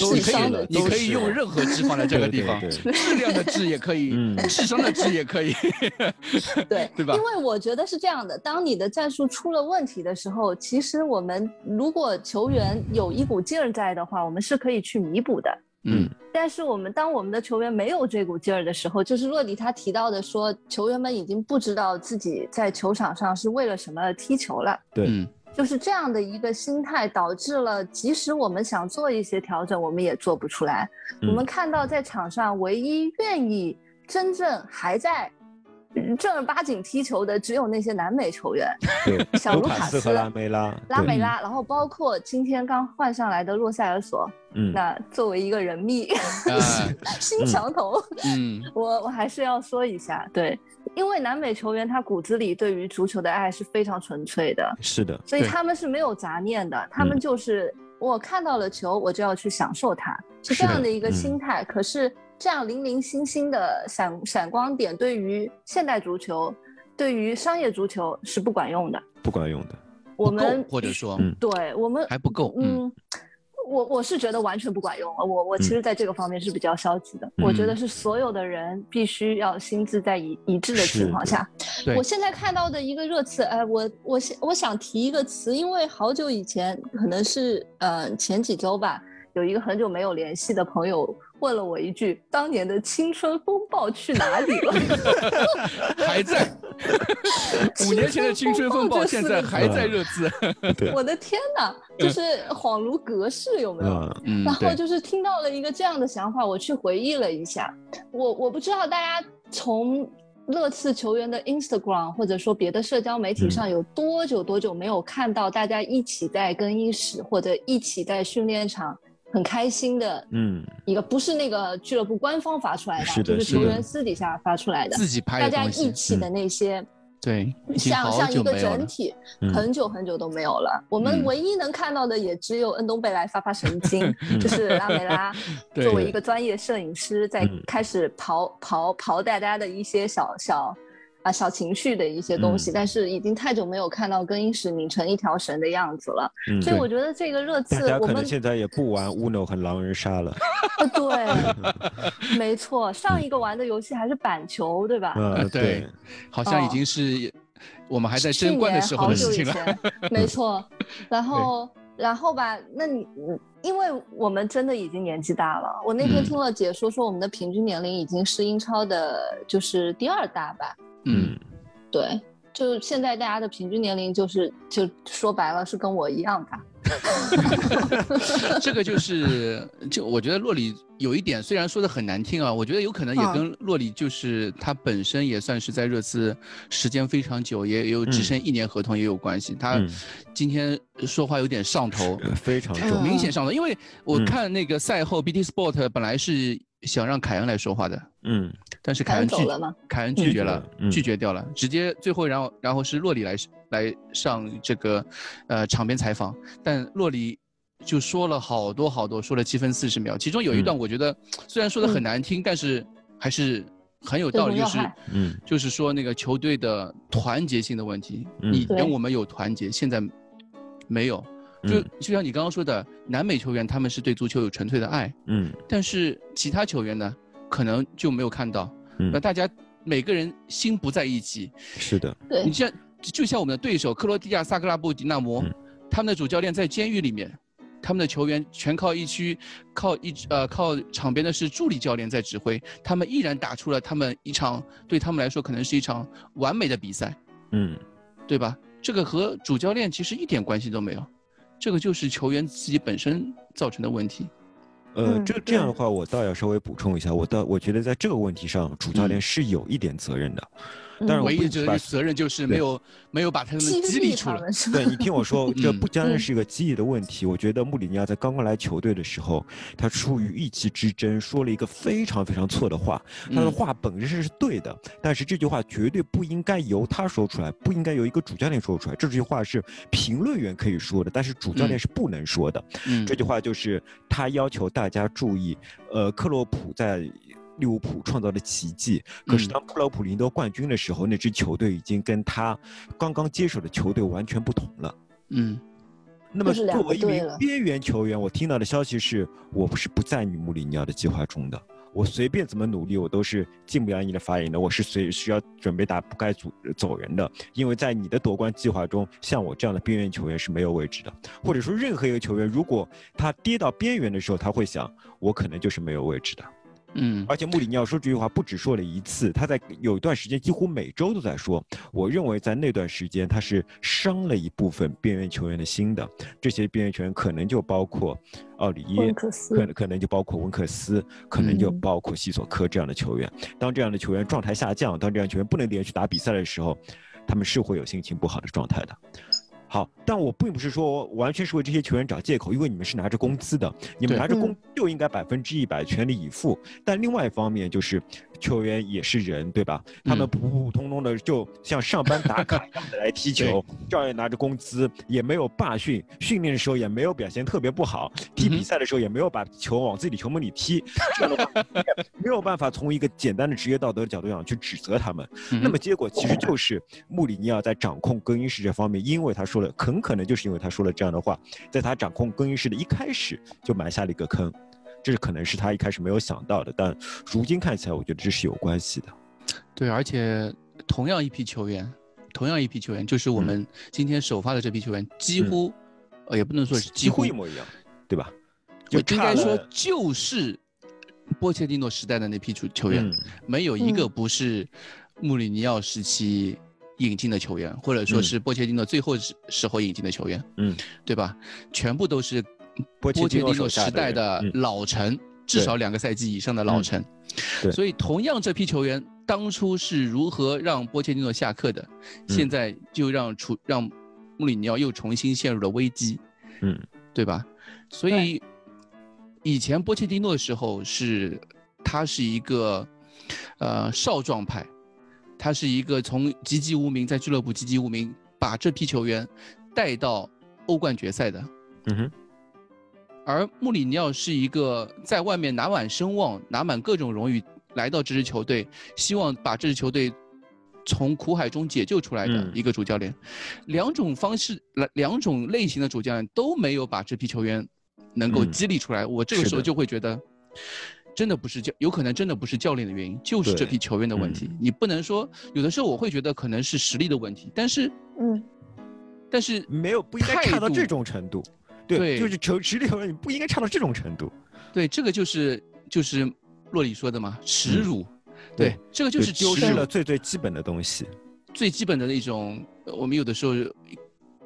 A: 都
F: 你
E: 智
F: 可
E: 商
F: 以
E: 的，
F: 你
A: 都
F: 可以
A: 是
F: 用任何字放在这个地方
A: 对，对
F: 质量的质也可以，
A: 嗯
F: 智商的智也可以，
E: 对，
F: 对吧
E: 因为我觉得是这样的，当你的战术出了问题的时候，其实我们如果球员有一股劲儿在的话，我们是可以去弥补的。
A: 嗯
E: 但是我们当我们的球员没有这股劲儿的时候，就是洛迪他提到的说，球员们已经不知道自己在球场上是为了什么而踢球了。
A: 对
F: 嗯，
E: 就是这样的一个心态，导致了即使我们想做一些调整，我们也做不出来。
A: 嗯
E: 我们看到在场上唯一愿意真正还在嗯正儿八经踢球的，只有那些南美球员，
A: 对对，
E: 小卢
A: 卢卡
E: 卡
A: 斯和
E: 斯
A: 拉梅拉，
E: 拉
A: 对
E: 梅拉，然后包括今天刚换上来的洛塞尔索。
A: 嗯，
E: 那作为一个人 密
F: 啊，
E: 新墙头，
F: 嗯，
E: 我我还是要说一下，对，因为南美球员他骨子里对于足球的爱是非常纯粹的，
A: 是的，
E: 所以
F: 对嗯
E: 他们是没有杂念的，他们就是我看到了球，我就要去享受它，是
A: 是
E: 这样
A: 的
E: 的一个
A: 嗯
E: 心态。可是这样零零星星的闪闪光点，对于现代足球，对于商业足球是不管用的。
A: 不管 用的。
E: 我
F: 不够
E: 们
F: 或者说
A: 嗯
E: 对我们
F: 还不够，嗯，
E: 嗯，我我是觉得完全不管用。我我其实在这个方面是比较消极的，
A: 嗯
E: 我觉得是所有的人必须要心智在一一致的
A: 是
E: 情况下。
F: 对
E: 我现在看到的一个热词，哎，我我想我想提一个词，因为好久以前可能是呃前几周吧，有一个很久没有联系的朋友。问了我一句：“当年的青春风暴去哪里 了？”
F: 还在，五年前的青春风暴
E: 这
F: 现
E: 四
F: 在
E: 个
F: 还
A: 嗯
F: 在热刺，
A: 对
E: 我的天哪，就是恍如隔世，有没有？
A: 啊，
F: 嗯
E: 然，后
F: 对，
E: 就是听到了一个这样的想法，我去回忆了一下，我我不知道大家从热刺球员的 Instagram 或者说别的社交媒
F: 嗯
E: 体上有多久多久没有看到大家一起在更衣室或者一起在训练场很开心的
A: 嗯，
E: 一个，不是那个俱乐部官方发出来的，
A: 是的
E: 就是是球
A: 的
E: 员私底下发出来的，
F: 自己拍
E: 大
F: 的
E: 家
F: 东
E: 一
F: 西，
E: 起的那些。
F: 对，已经
E: 像
F: 好
E: 像一
F: 久
E: 个
F: 没有
E: 整
F: 了，
E: 体，
A: 嗯
E: 很久很久都没有了。我们
F: 嗯
E: 唯一能看到的也只有恩东贝莱发发神经
A: 嗯，
E: 就是 拉梅拉
F: 对
E: 作为一个专业摄影师，在
A: 嗯
E: 开始刨刨刨大家的一些小小啊小情绪的一些东西，
A: 嗯
E: 但是已经太久没有看到更衣室拧成一条绳的样子了。
A: 嗯
E: 所以
A: 对
E: 我觉得这个热
A: 大
E: 刺
A: 家，可
E: 我们
A: 能现在也不玩 Uno 和狼人杀 了，
E: 呃对， 没错，上一个玩的游戏还是板球，对吧？
A: 嗯，
F: 啊对，好像已经是我们还在
E: 去
F: 争冠的时候的事情
E: 年
F: 了，
E: 好久以前，没错。然后，然后吧，那你，嗯因为我们真的已经年纪大了。我那天
A: 嗯
E: 听了解说，说我们的平均年龄已经是英超的，就是第二大吧？
F: 嗯
A: 嗯，
E: 对，就是现在大家的平均年龄就是，就说白了是跟我一样大。
F: 这个就是，就我觉得洛里有一点，虽然说的很难听啊，我觉得有可能也
E: 嗯
F: 跟洛里就是他本身也算是在热刺时间非常久，也有只剩一年合同也有关系。他
A: 嗯
F: 今天说话有点上头，
A: 呃非常
E: 嗯
A: 重，
F: 明显上头，因为我
A: 嗯
F: 看那个赛后 BT Sport 本来是想让凯恩来说话的，
A: 嗯，
F: 但是
E: 凯
F: 凯
E: 恩
F: 恩拒
E: 走了吗？
F: 凯恩拒绝了，
A: 嗯
F: 拒绝掉了，直接最后然后然后是洛里来来上这个呃场边采访，但洛里就说了好多好多，说了七分四十秒，其中有一段我觉得、虽然说的很难听，但是还是很有道理，
E: 嗯对
F: 就
E: 很
F: 是
E: 有害
A: 嗯
F: 就是说那个球队的团结性的问题，
A: 嗯
F: 你
E: 对
F: 跟我们有团结，现在没有，就、
A: 嗯
F: 就像你刚刚说的，南美球员他们是对足球有纯粹的爱，
A: 嗯
F: 但是其他球员呢，可能就没有看到。
A: 嗯
F: 那大家每个人心不在一起。
A: 是的，
E: 对
F: 你，像就像我们的对手克罗地亚萨格拉布迪纳摩，
A: 嗯
F: 他们的主教练在监狱里面，他们的球员全靠一区靠一呃靠场边的是助理教练在指挥，他们依然打出了他们一场对他们来说可能是一场完美的比赛，
A: 嗯
F: 对吧？这个和主教练其实一点关系都没有，这个就是球员自己本身造成的问题。
A: 呃，
E: 嗯
A: 这
E: 对
A: 这样的话，我倒要稍微补充一下，我倒我觉得在这个问题上，主
E: 嗯
A: 教练是有一点责任 的。当然，我
F: 唯
A: 不
F: 一觉
A: 把
F: 得责任就是没有没有把他们
E: 激
F: 激
E: 励
F: 励出
E: 他
F: 来。
E: 们嗯是吧？
A: 对你听我说，这不单
E: 嗯
A: 单是一个激励的问题。我觉得穆里尼奥在刚刚来球队的时候，他出于一己之争说了一个非常非常错的话。他的
F: 嗯
A: 话本身是对的，但是这句话绝对不应该由他说出来，不应该由一个主教练说出来。这句话是评论员可以说的，但是主教练
F: 嗯
A: 是不能说的。
F: 嗯
A: 这句话就是他要求大家注意，呃，克洛普在利物浦创造了奇迹，可是
F: 嗯
A: 当克洛普赢得冠军的时候，那支球队已经跟他刚刚接手的球队完全不同了。
F: 嗯
A: 那么
E: 就是两
A: 作为
E: 个
A: 一
E: 队
A: 名
E: 了
A: 边缘球员，我听到的消息是，我不是不在你穆里尼奥的计划中的。我随便怎么努力，我都是进不了你的法眼的。我是随需要准备打不该走走人的，因为在你的夺冠计划中，像我这样的边缘球员是没有位置的。或者说，任何一个球员，如果他跌到边缘的时候，他会想，我可能就是没有位置的。
F: 嗯
A: 而且穆里尼奥说这句话不止说了一次，他在有一段时间几乎每周都在说。我认为在那段时间他是伤了一部分边缘球员的心的，这些边缘球员可能就包括奥里耶
E: 温。克斯
A: 可能可能就包括温克斯，可能就
E: 嗯
A: 包括西索科这样的球员。当这样的球员状态下降，当这样的球员不能连续打比赛的时候，他们是会有心情不好的状态的。好，但我并不是说完全是为这些球员找借口，因为你们是拿着工资的，你们
F: 对
A: 拿着工
E: 嗯
A: 就应该百分之一百全力以赴。但另外一方面就是，球员也是人，对吧？他们
F: 嗯
A: 普普通通的就像上班打卡一样的来踢球，照样拿着工资，也没有罢训，训练的时候也没有表现特别不好，踢
F: 嗯
A: 比
F: 哼
A: 赛的时候也没有把球往自己的球门里踢，这样的 话没有办法从一个简单的职业道德角度上去指责他们。
F: 嗯
A: 那么结果其实就是穆里尼奥在掌控更衣室这方面，因为他说了，很可能就是因为他说了这样的话，在他掌控更衣室的一开始就埋下了一个坑，这可能是他一开始没有想到的，但如今看起来，我觉得这是有关系的。
F: 对，而且同样一批球员，同样一批球员，就是我们今天首发的这批球员，几
A: 嗯
F: 乎，呃，也不能说是
A: 几乎
F: 乎
A: 一，模一样，对吧？
F: 我
A: 就
F: 应
A: 差
F: 该说
A: 了
F: 就是波切蒂诺时代的那批球球员
A: 嗯，
F: 没有一个
E: 嗯
F: 不是穆里尼奥时期引进的球员，或者说
A: 嗯
F: 是波切蒂诺最后时时候引进的球员，
A: 嗯，
F: 对吧？全部都是
A: 波切蒂
F: 波切
A: 诺
F: 蒂
A: 手
F: 诺
A: 下
F: 时代的
A: 的人嗯
F: 老臣，至
A: 对嗯
F: 少两个赛季以上的老臣。
A: 对
F: 所以同样这批球员当初是如何让波切蒂诺下课的，现
A: 嗯
F: 在就让处让穆里尼奥又重新陷入了危机，
A: 嗯，
F: 对吧？所以以前波切蒂诺的时候是他是一个呃少壮派，他是一个从籍籍无名在俱乐部籍籍无名把这批球员带到欧冠决赛的，
A: 嗯哼，
F: 而穆里尼奥是一个在外面拿满声望、拿满各种荣誉来到这支球队，希望把这支球队从苦海中解救出来的
A: 嗯
F: 一个主教练。两种方式、来两种类型的主教练都没有把这批球员能够
A: 嗯
F: 激励出来，我这个
A: 是
F: 时候
A: 的
F: 就会觉得。真的不是教，有可能真的不是教练的原因，就是这
A: 对嗯
F: 批球员的问题。你不能说，有的时候我会觉得可能是实力的问题，但是，
E: 嗯，
F: 但是
A: 没有不应该
F: 态
A: 差到这
F: 度
A: 种程度。
F: 对
A: 就是球实力球员，你不应该差到这种程度。
F: 对，这个就是就是洛里说的嘛，耻
A: 嗯
F: 辱。对
A: 对，
F: 这个就是
A: 丢
F: 耻
A: 失
F: 辱
A: 了最最基本的东西。
F: 最基本的那种。呃我们有的时候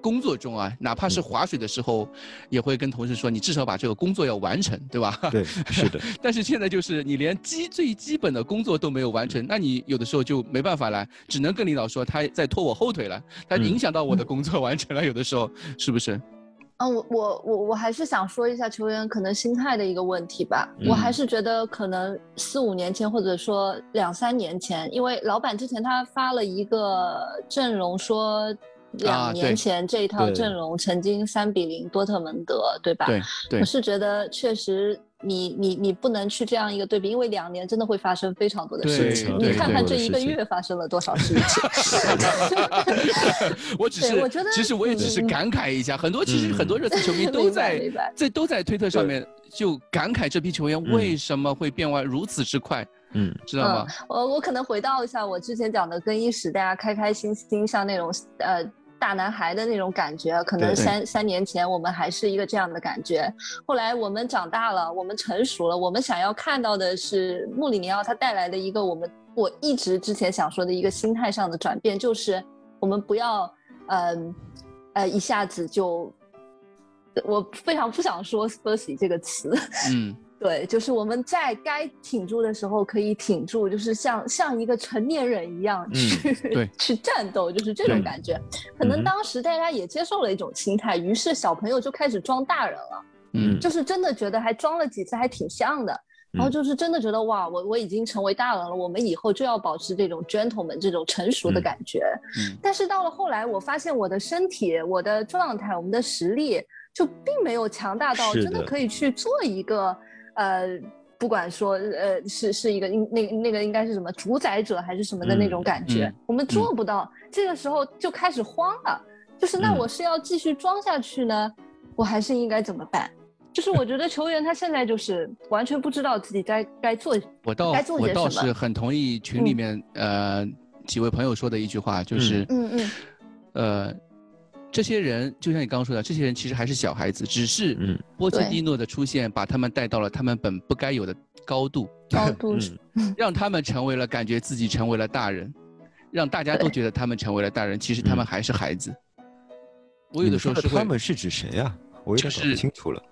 F: 工作中啊，哪怕是
A: 嗯
F: 划水的时候，也会跟同事说，你至少把这个工作要完成，对吧？
A: 对，是的，
F: 但是现在就是你连基最基本的工作都没有完
A: 嗯
F: 成，那你有的时候就没办法了，只能跟领导说他在拖我后腿了，他
A: 嗯
F: 影响到我的工作完成了，有的时候是不是？
E: 啊，我我我我还是想说一下球员可能心态的一个问题吧。我还
F: 嗯
E: 是觉得可能四五年前或者说两三年前，因为老板之前他发了一个阵容说。
F: 啊
E: 两
F: 对
E: 年前这一套
A: 对
E: 阵容曾经三比零多特蒙德，对吧？
F: 对对
E: 我，是觉得确实你，你你不能去这样一个对比，因为两年真的会发生非常多的
F: 对
E: 事情。
F: 对
E: 你看
F: 对
E: 看
A: 对
E: 这一个
A: 是是
E: 月发生了多少事情。
F: 我只
E: 对
F: 是，
E: 我觉得
F: 其实我也只是
E: 嗯
F: 感慨一下，很多其实
A: 嗯
F: 很多热刺球迷都
E: 明白
F: 在
E: 明白
F: 这都在推特上面就感慨这批球员
A: 嗯
F: 为什么会变化如此之快，
A: 嗯，
F: 知道吗？
E: 呃我我可能回到一下我之前讲的更衣室，大家开开心心，像那种呃大男孩的那种感觉。可能
A: 对对
E: 三三年前我们还是一个这样的感觉，后来我们长大了，我们成熟了，我们想要看到的是穆里尼奥他带来的一个我们我一直之前想说的一个心态上的转变，就是我们不要嗯呃一下子就。我非常不想说 “spursy” 这个词，
F: 嗯，
E: 对，就是我们在该挺住的时候可以挺住，就是像像一个成年人一样
A: 嗯
E: 去、
F: 对
E: 去战斗，就是这
A: 对
E: 种感觉。可
A: 嗯
E: 能
A: 哼
E: 当时大家也接受了一种心态，于是小朋友就开始装大人了，
A: 嗯
E: 就是真的觉得还装了几次还挺像的。然
A: 嗯
E: 后就是真的觉得哇，我我已经成为大人了，我们以后就要保持这种 gentleman 这种成熟的
A: 嗯
E: 感觉。
F: 嗯
E: 但是到了后来，我发现我的身体、我的状态、我们的实力就并没有强大到
A: 是
E: 真的
A: 的
E: 可以去做一个呃，不管说呃是是一个应那那个应该是什么主宰者还是什么的那
A: 嗯
E: 种感觉，
F: 嗯
E: 我们做不到。这个时候就开始慌了，就是那
A: 嗯
E: 我是要继续装下去呢，我还是应该怎么办？就是我觉得球员他现在就是完全不知道自己在该做
F: 我倒
E: 该做
F: 我
E: 些
F: 倒
E: 什么
F: 是很同意群里面、呃几位朋友说的一句话，就是
E: 嗯 嗯
F: 呃，这些人就像你刚刚说的，这些人其实还是小孩子，只是
A: 嗯
F: 波切
E: 对
F: 蒂诺的出现把他们带到了他们本不该有的高度，
E: 高度。
A: 嗯
F: 让他们成为了感觉自己成为了大人，让大家都
E: 对
F: 觉得他们成为了大人，其实他们还是孩子。我有
A: 你
F: 的
A: 们
F: 时候
A: 说的嗯
F: 是
A: 他
F: 会，
A: 们是指谁啊？我有点
F: 就
A: 搞不
F: 是
A: 清楚了。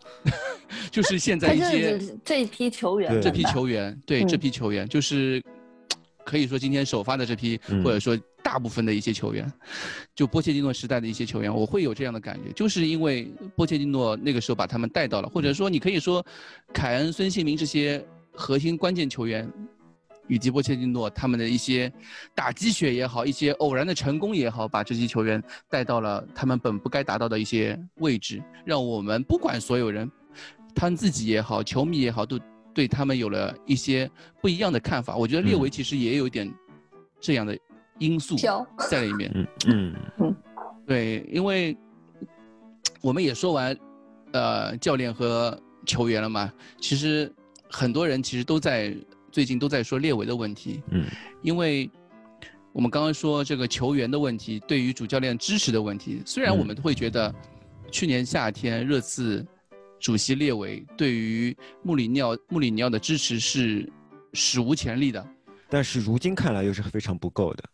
F: 就是现在
E: 他
F: 一
E: 就
F: 些
E: 是这一批球员
A: 对
E: 们吧，
F: 这批球员，对这
E: 嗯
F: 批球员，就是可以说今天首发的这批，
A: 嗯
F: 或者说大部分的一些球员，就波切蒂诺时代的一些球员，我会有这样的感觉，就是因为波切蒂诺那个时候把他们带到了，或者说你可以说凯恩、孙兴民这些核心关键球员。以及波切蒂诺他们的一些打鸡血也好，一些偶然的成功也好，把这些球员带到了他们本不该达到的一些位置，让我们不管所有人，他们自己也好，球迷也好，都对他们有了一些不一样的看法。我觉得列维其实也有一点这样的因素
E: 飘
F: 在里面。
A: 嗯嗯
F: 对，因为我们也说完，呃，教练和球员了嘛。其实很多人其实都在最近都在说列维的问题，
A: 嗯
F: 因为我们刚刚说这个球员的问题，对于主教练支持的问题，虽然
A: 嗯
F: 我们会觉得去年夏天热刺主席列维对于穆里尼奥穆里尼奥的支持是史无前例的，
A: 但是如今看来又是非常不够的，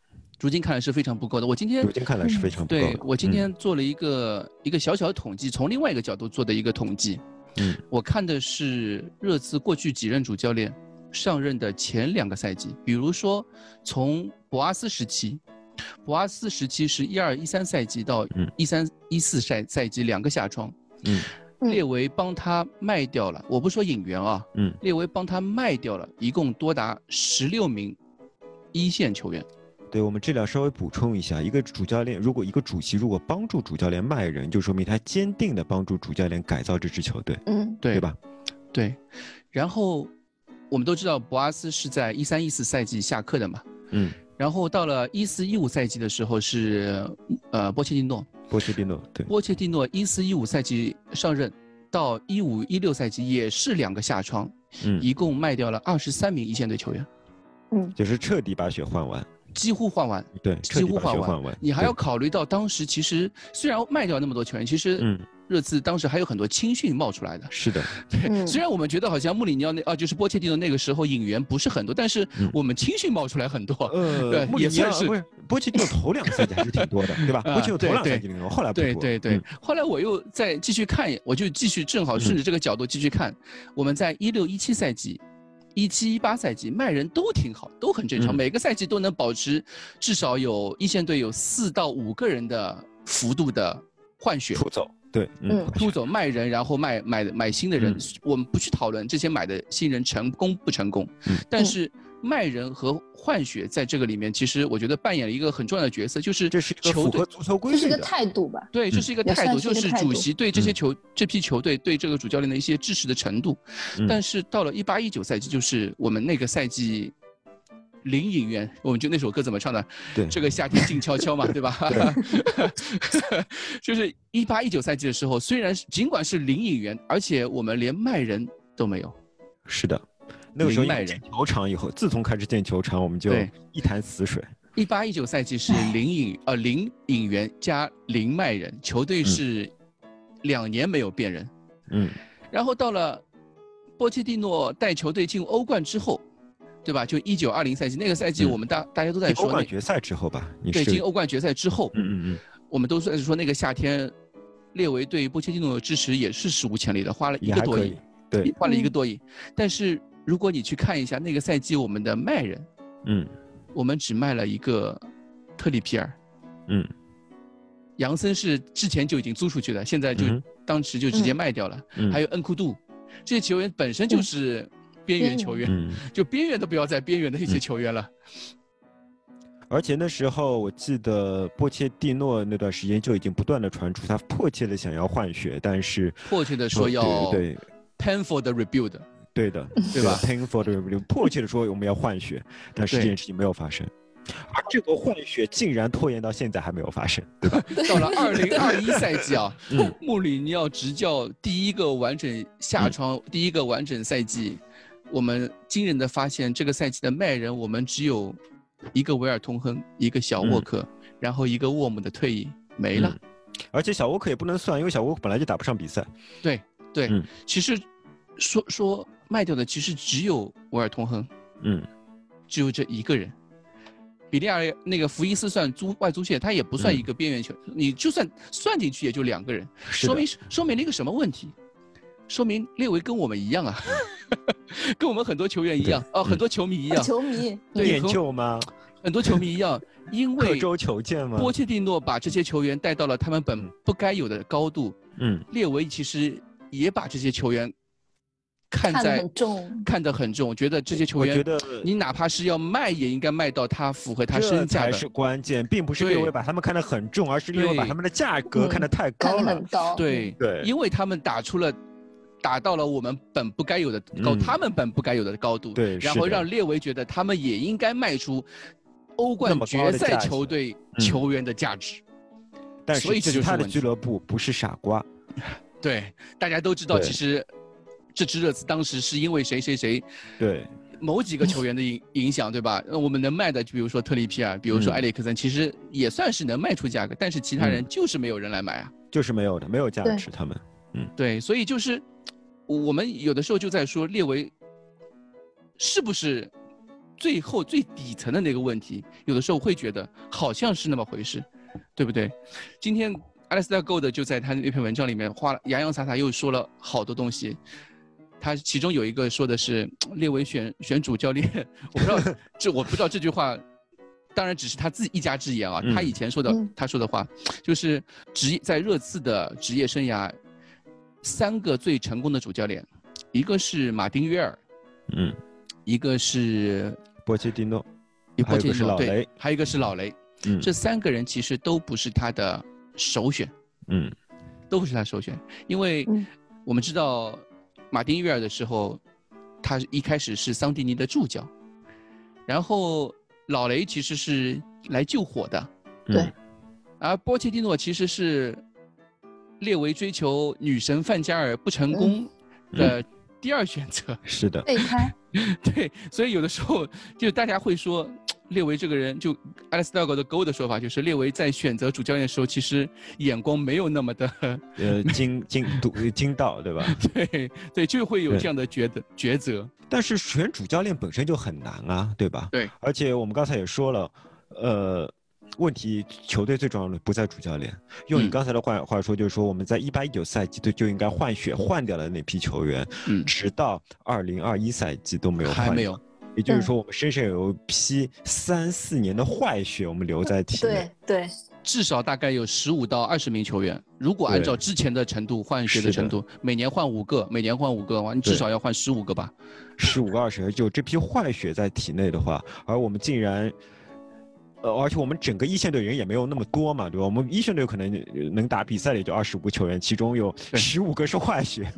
F: 如今看来是非常不够的。我今天
A: 如今看来是非常不够
F: 对
A: 的。
F: 我今天做了一个、一个小小的统计，从另外一个角度做的一个统计。
A: 嗯，
F: 我看的是热刺过去几任主教练上任的前两个赛季，比如说从博阿斯时期，博阿斯时期是一二一三赛季到
A: 嗯
F: 一三一四赛赛季两个下窗，
A: 嗯
E: 嗯
F: 列维帮他卖掉了，我不说引援啊，
A: 嗯
F: 列维帮他卖掉了，一共多达十六名一线球员。
A: 对，我们这里要稍微补充一下，一个主教练，如果一个主席如果帮助主教练卖人，就说明他坚定的帮助主教练改造这支球队，
E: 嗯
F: 对
A: 吧？
F: 对，然后我们都知道博阿斯是在一三一四赛季下课的嘛，
A: 嗯，
F: 然后到了一四一五赛季的时候是呃波切蒂诺，
A: 波切蒂诺，对，
F: 波切蒂诺一四一五赛季上任，到一五一六赛季也是两个下窗，
A: 嗯，
F: 一共卖掉了二十三名一线队球员，
E: 嗯
A: 就是彻底把血换完，
F: 几乎换完。
A: 对，彻
F: 几
A: 底
F: 乎
A: 把
F: 换
A: 血
F: 完
A: 换完。
F: 你还要
A: 对
F: 考虑到当时其实虽然卖掉那么多球员，其实
A: 嗯，
F: 热刺当时还有很多青训冒出来的，
A: 是的，
F: 对，
E: 嗯
F: 虽然我们觉得好像穆里尼奥那啊，就是波切蒂诺那个时候引援不是很多，但是
A: 嗯
F: 我们青训冒出来很多。
A: 呃，
F: 对
A: 穆里
F: 也
A: 尼
F: 算
A: 奥
F: 是
A: 不是波切蒂诺头两个赛季还是挺多的，对吧？
F: 啊
A: 波切蒂诺头
F: 对
A: 两个
F: 对
A: 赛季挺多，后来不
F: 对
A: 多
F: 对对，
A: 嗯
F: 后来我又再继续看，我就继续正好顺着这个角度继续看，我们在一六一七赛季、一七一八赛季卖人都挺好，都很正常，
A: 嗯
F: 每个赛季都能保持至少有一线队有四到五个人的幅度的换血。
A: 出走，对，
E: 嗯
A: 换血
F: 出走卖人，然后卖买买新的人，
A: 嗯
F: 我们不去讨论这些买的新人成功不成功，
A: 嗯
F: 但是卖人和换血在这个里面，其实我觉得扮演了一个很重要的角色，就是
A: 这是一个
F: 球
A: 符
F: 队
A: 合足球规
E: 这是
A: 律
E: 个
A: 的，
E: 态度吧？
F: 对，这是一个
E: 嗯也
F: 态
E: 算
F: 度，
E: 是
F: 就
E: 一个
F: 是
E: 态
F: 主
E: 度
F: 席对这些
A: 嗯
F: 球、这批球队对这个主教练的一些支持的程度。
A: 嗯
F: 但是到了一八一九赛季，就是我们那个赛季零引援，我们就那首歌怎么唱的？
A: 对
F: 这个夏天静悄悄 嘛，对吧？ 就是一八一九赛季的时候，虽然是尽管是零引援，而且我们连卖人都没有。
A: 是的。那个时候
F: 明
A: 因
F: 白
A: 为建球场以后，自从开始建球场，我们就
F: 对
A: 一潭死水。
F: 一八一九赛季是零引呃零引援加零卖人，球队是两年没有变人。
A: 嗯，
F: 然后到了波切蒂诺带球队进入欧冠之后，对吧？就一九二零赛季那个赛季，
A: 嗯
F: 我们大、大家都在
A: 进欧
F: 说那
A: 冠决赛之后吧，你
F: 对
A: 是
F: 进欧冠决赛之后，
A: 嗯嗯嗯，
F: 我们都在说那个夏天，列维对波切蒂诺的支持也是史无前例的，花了一
A: 也
F: 个
A: 还
F: 多
A: 可
F: 亿
A: 以，，对，
F: 换了一个多亿。但是如果你去看一下那个赛季我们的卖人，
A: 嗯
F: 我们只卖了一个特里皮尔，
A: 嗯
F: 杨森是之前就已经租出去的，现在就、
A: 嗯
F: 当时就直接卖掉了。
A: 嗯，
F: 还
A: 有
F: 有恩库杜，这些球员本身就是边缘球员，
A: 嗯。
F: 就边缘都不要在边缘的一些球员了。
A: 而且那时候我记得波切蒂诺那段时间就已经不断的传出他迫切的想要换血，但是
F: 迫切的说要
A: 对
F: painful 的 rebuild，
A: 对对 的，
F: 对吧
A: ？Painful 的 review，迫切的说我们要换血，但是这
F: 对
A: 件事情没有发生，而这个换血竟然拖延到现在还没有发生，对吧？
F: 到了二零二一赛季啊，
A: 嗯
F: 穆里尼奥执教第一个完整下窗、
A: 嗯
F: 第一个完整赛季，我们惊人的发现，这个赛季的卖人我们只有一个维尔通亨，一个小
A: 嗯
F: 沃克，然后一个沃姆的退役没了。
A: 而且小沃克也不能算，因为小沃克本来就打不上比赛，
F: 对对，
A: 嗯
F: 其实说说卖掉的其实只有维尔通亨，
A: 嗯
F: 只有这一个人。比利亚雷那个福伊斯算租外租界，他也不
A: 嗯
F: 算一个边缘球，你就算算进去也就两个人，
A: 是
F: 说
A: 的
F: 明说明了一个什么问题？说明列维跟我们一样啊， 跟我们很多球员一样
A: 嗯
F: 啊，很多球迷一样，
E: 球迷，
F: 对
A: 念
F: 和
A: 旧吗？
F: 很多球迷一样，因
A: 刻
F: 为
A: 舟求剑吗？
F: 波切蒂诺把这些球员带到了他们本不该有的高度，
A: 嗯
F: 列维其实也把这些球员看
E: 看得
F: 在
E: 很重，
F: 看得很重，觉得这些球
A: 我觉
F: 员，
A: 得
F: 你哪怕是要卖，也应该卖到他符合他
A: 这
F: 身价
A: 才
F: 的。
A: 是关键，并不是
F: 对
A: 列维把他们看得很重，而是列维把
F: 对
A: 他们的价格
E: 嗯
A: 看得太
E: 看
A: 高
E: 得
A: 了
E: 很。高，，
F: 对
A: 对
F: 因为他们打出了，打到了我们本不该有的高，
A: 嗯
F: 他们本不该有的高度，
A: 对
F: 然
A: 是
F: 后
A: 的
F: 让列维觉得他们也应该卖出欧
A: 那
F: 冠
A: 么高
F: 决
A: 的
F: 赛
A: 价值
F: 球队
A: 嗯
F: 球员的价值。
A: 但
F: 所以
A: 是
F: 这
A: 其
F: 就是
A: 他的
F: 问
A: 俱
F: 题
A: 乐部不是傻瓜，
F: 对，大家都知道，
A: 对
F: 其实这支热刺当时是因为谁谁谁
A: 对，
F: 某 几个球员的影影响，对吧？那我们能卖的，就比如说特里皮尔，比如说
A: 嗯
F: 埃里克森，其实也算是能卖出价格，但是其他人就是没有人来买啊。
A: 就是没有的，没有价
E: 对
A: 值。他们
F: 对，所以就是我们有的时候就在说列维是不是最后最底层的那个问题，有的时候会觉得好像是那么回事，对不对？今天 Alistair Gold 就在他那篇文章里面花了洋洋洒洒又说了好多东西。他其中有一个说的是列维选选主教练， 我不知道这我不知道这句话，当然只是他自己一家之言啊。他
A: 嗯
F: 以前说的、
E: 嗯
F: 他说的话，就是职业在热刺的职业生涯，三个最成功的主教练，一个是马丁约尔，
A: 嗯，
F: 一个是
A: 波切蒂诺，还
F: 波
A: 有一
F: 切
A: 个
F: 蒂
A: 是
F: 诺，
A: 老雷
F: 对，，还有一个是老雷。
A: 嗯
F: 这三个人其实都不是他的首选，
A: 嗯
F: 都不是他首选，因为
E: 嗯
F: 我们知道马丁约尔的时候，他一开始是桑蒂尼的助教，然后老雷其实是来救火的，
A: 嗯
E: 对
F: 而波切蒂诺其实是列维追求女神范加尔不成功
A: 嗯
F: 的第二选择。
A: 是的，
E: 备胎，
F: 对，所以有的时候就大家会说，列维这个人，就 Alex d o g 的 Go 的说法，就是列维在选择主教练的时候，其实眼光没有那么的，
A: 呃，金金赌金呃道对吧？
F: 对对，就会有
A: 对
F: 这样的抉择抉择。
A: 但是选主教练本身就很难啊，对吧？
F: 对，
A: 而且我们刚才也说了，呃。问题球队最重要的不在主教练，用你
F: 嗯
A: 刚才的话话说，就是说我们在一八一九赛季就就应该换血换掉了那批球员，
F: 嗯，
A: 直到二零二一赛季都没有换，
F: 还没有，，
A: 也就是
E: 对
A: 说我们身上有一批三四年的坏血，我们留在体内。
E: 对 对，
F: 至少大概有十五到二十名球员。如果
A: 对
F: 按照之前的程度换
A: 是
F: 血的
A: 的
F: 程度，每年换五个，每年换五个的话，你至
A: 对
F: 少要换十五个吧？
A: 十五个二十，就这批坏血在体内的话，而我们竟然，呃，而且我们整个一线队人也没有那么多嘛，对吧？我们一线队可能呃能打比赛的也就二十五球员，其中有十五个是坏 血，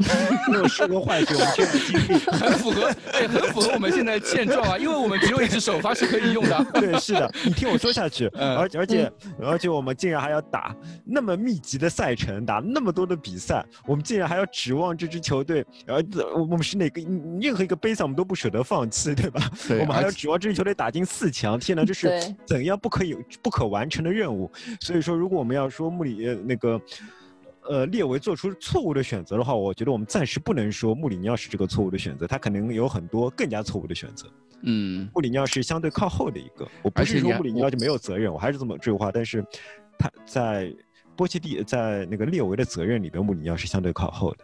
A: 有十个坏血，我们这样的经历。
F: 很符合，对，很符合我们现在现状啊，因为我们只有一支首发是可以用的。
A: 对，是的，你听我说下去，
F: 嗯
A: 而而且而且我们竟然还要打那么密集的赛程，打那么多的比赛，我们竟然还要指望这支球队，呃，我我们是哪个嗯任何一个杯赛我们都不舍得放弃，对吧？
F: 对
A: 我们还
F: 而
A: 要
F: 且
A: 指望这支球队打进四强，天哪，这是
E: 对
A: 怎样不可有不可完成的任务？所以说，如果我们要说穆里呃那个。呃，列维做出错误的选择的话，我觉得我们暂时不能说穆里尼奥是这个错误的选择，他可能有很多更加错误的选择。
F: 嗯，
A: 穆里尼奥是相对靠后的一个，我
F: 而
A: 不
F: 且
A: 是
F: 你
A: 说
F: 还
A: 穆里尼奥就没有责任，我还是这么这句话，但是他在波切蒂在那个列维的责任里边，穆里尼奥是相对靠后的，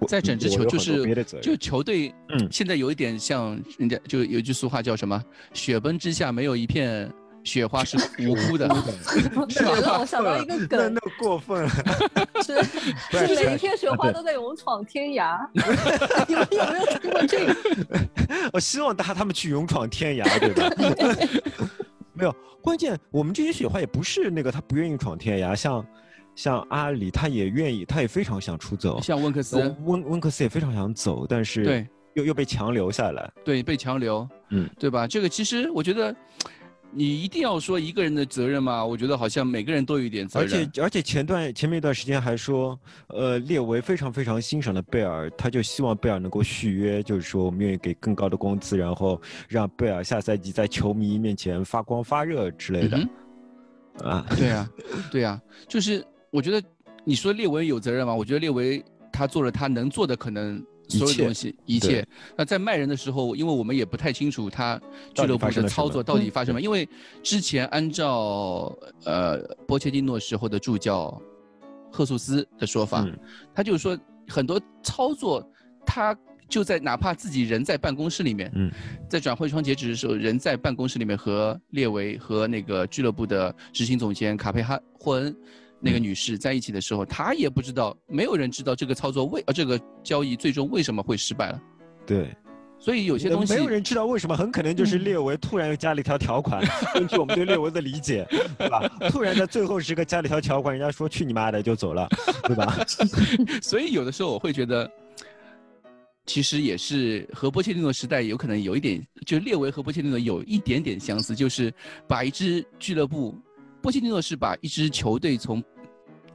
A: 我
F: 在整支
A: 我
F: 球就
A: 有很多别
F: 是
A: 的责任
F: 就球队，
A: 嗯
F: 现在有一点像人家就有一句俗话叫什么“雪崩之下没有一片雪花是无辜的
E: 雪了，我想到一个
A: 那
E: 梗，
A: 那过分了，
E: 是
A: 不是
E: 是每一片雪
F: 啊
E: 花都在勇闯天涯。 你们有没有听过这个？
A: 我希望他他们去勇闯天涯，对吧？没有，关键我们这些雪花也不是那个他不愿意闯天涯，像像阿里他也愿意，他也非常想出”，走，
F: 像温克斯，
A: 温温克斯也非常想走，但是
F: 对
A: 又又被强留下来。
F: 对，被强留，
A: 嗯，
F: 对吧？这个其实我觉得，你一定要说一个人的责任嘛，我觉得好像每个人都有一点责
A: 而
F: 任，
A: 且嗯而且前段前面一段时间还说，呃，列维非常非常欣赏了贝尔，他就希望贝尔能够续约，就是说我们愿意给更高的工资，然后让贝尔下赛季在球迷面前发光发热之类的
F: 嗯、
A: 啊。
F: 对呀、对呀、就是我觉得你说列维有责任吗？我觉得列维他做了他能做的可能所有
A: 一切
F: 的东西，一
A: 对
F: 切。那在卖人的时候，因为我们也不太清楚他
A: 到
F: 俱
A: 底
F: 乐
A: 发
F: 部
A: 生
F: 的
A: 了什
F: 操
A: 么
F: 作到底
A: 嗯
F: 发生了，因为之前按照呃波切蒂诺时候的助教赫苏斯的说法，
A: 嗯
F: 他就是说很多操作他。就在哪怕自己人在办公室里面，
A: 嗯，
F: 在转会窗截止的时候，人在办公室里面和列维和那个俱乐部的执行总监卡佩哈霍恩那
A: 嗯
F: 个女士在一起的时候，她也不知道，没有人知道这个操作为呃这个交易最终为什么会失败了。
A: 对，
F: 所以有些东西
A: 呃
F: 嗯
A: 没有人知道为什么，很可能就是列维突然又加了一条条款， 根据我们对列维的理解， 对吧？突然在最后时刻加了一条条款，人家说去你妈的就走了， 对吧？
F: 所以有的时候我会觉得，其实也是和波切蒂诺时代有可能有一点，就列维和波切蒂诺有一点点相似，就是把一支俱乐部，波切蒂诺是把一支球队从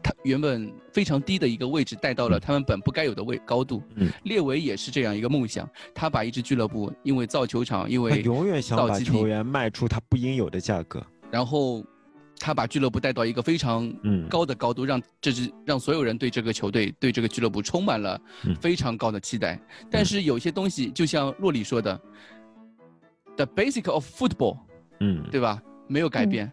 F: 他原本非常低的一个位置带到了他们本不该有的位高度。
A: 嗯
F: 列维也是这样一个梦想，他把一支俱乐部因为造球场，因
A: 他
F: 为
A: 永远想
F: 到
A: 把
F: 基地
A: 球员卖出他不应有的价格。
F: 然后他把俱乐部带到一个非常
A: 嗯
F: 高的高度，让这支让所有人对这个球队、对这个俱乐部充满了
A: 嗯
F: 非常高的期待。但是有些东西，就像洛里说的，the basic of football，
A: 嗯，
F: 对吧？没有改变。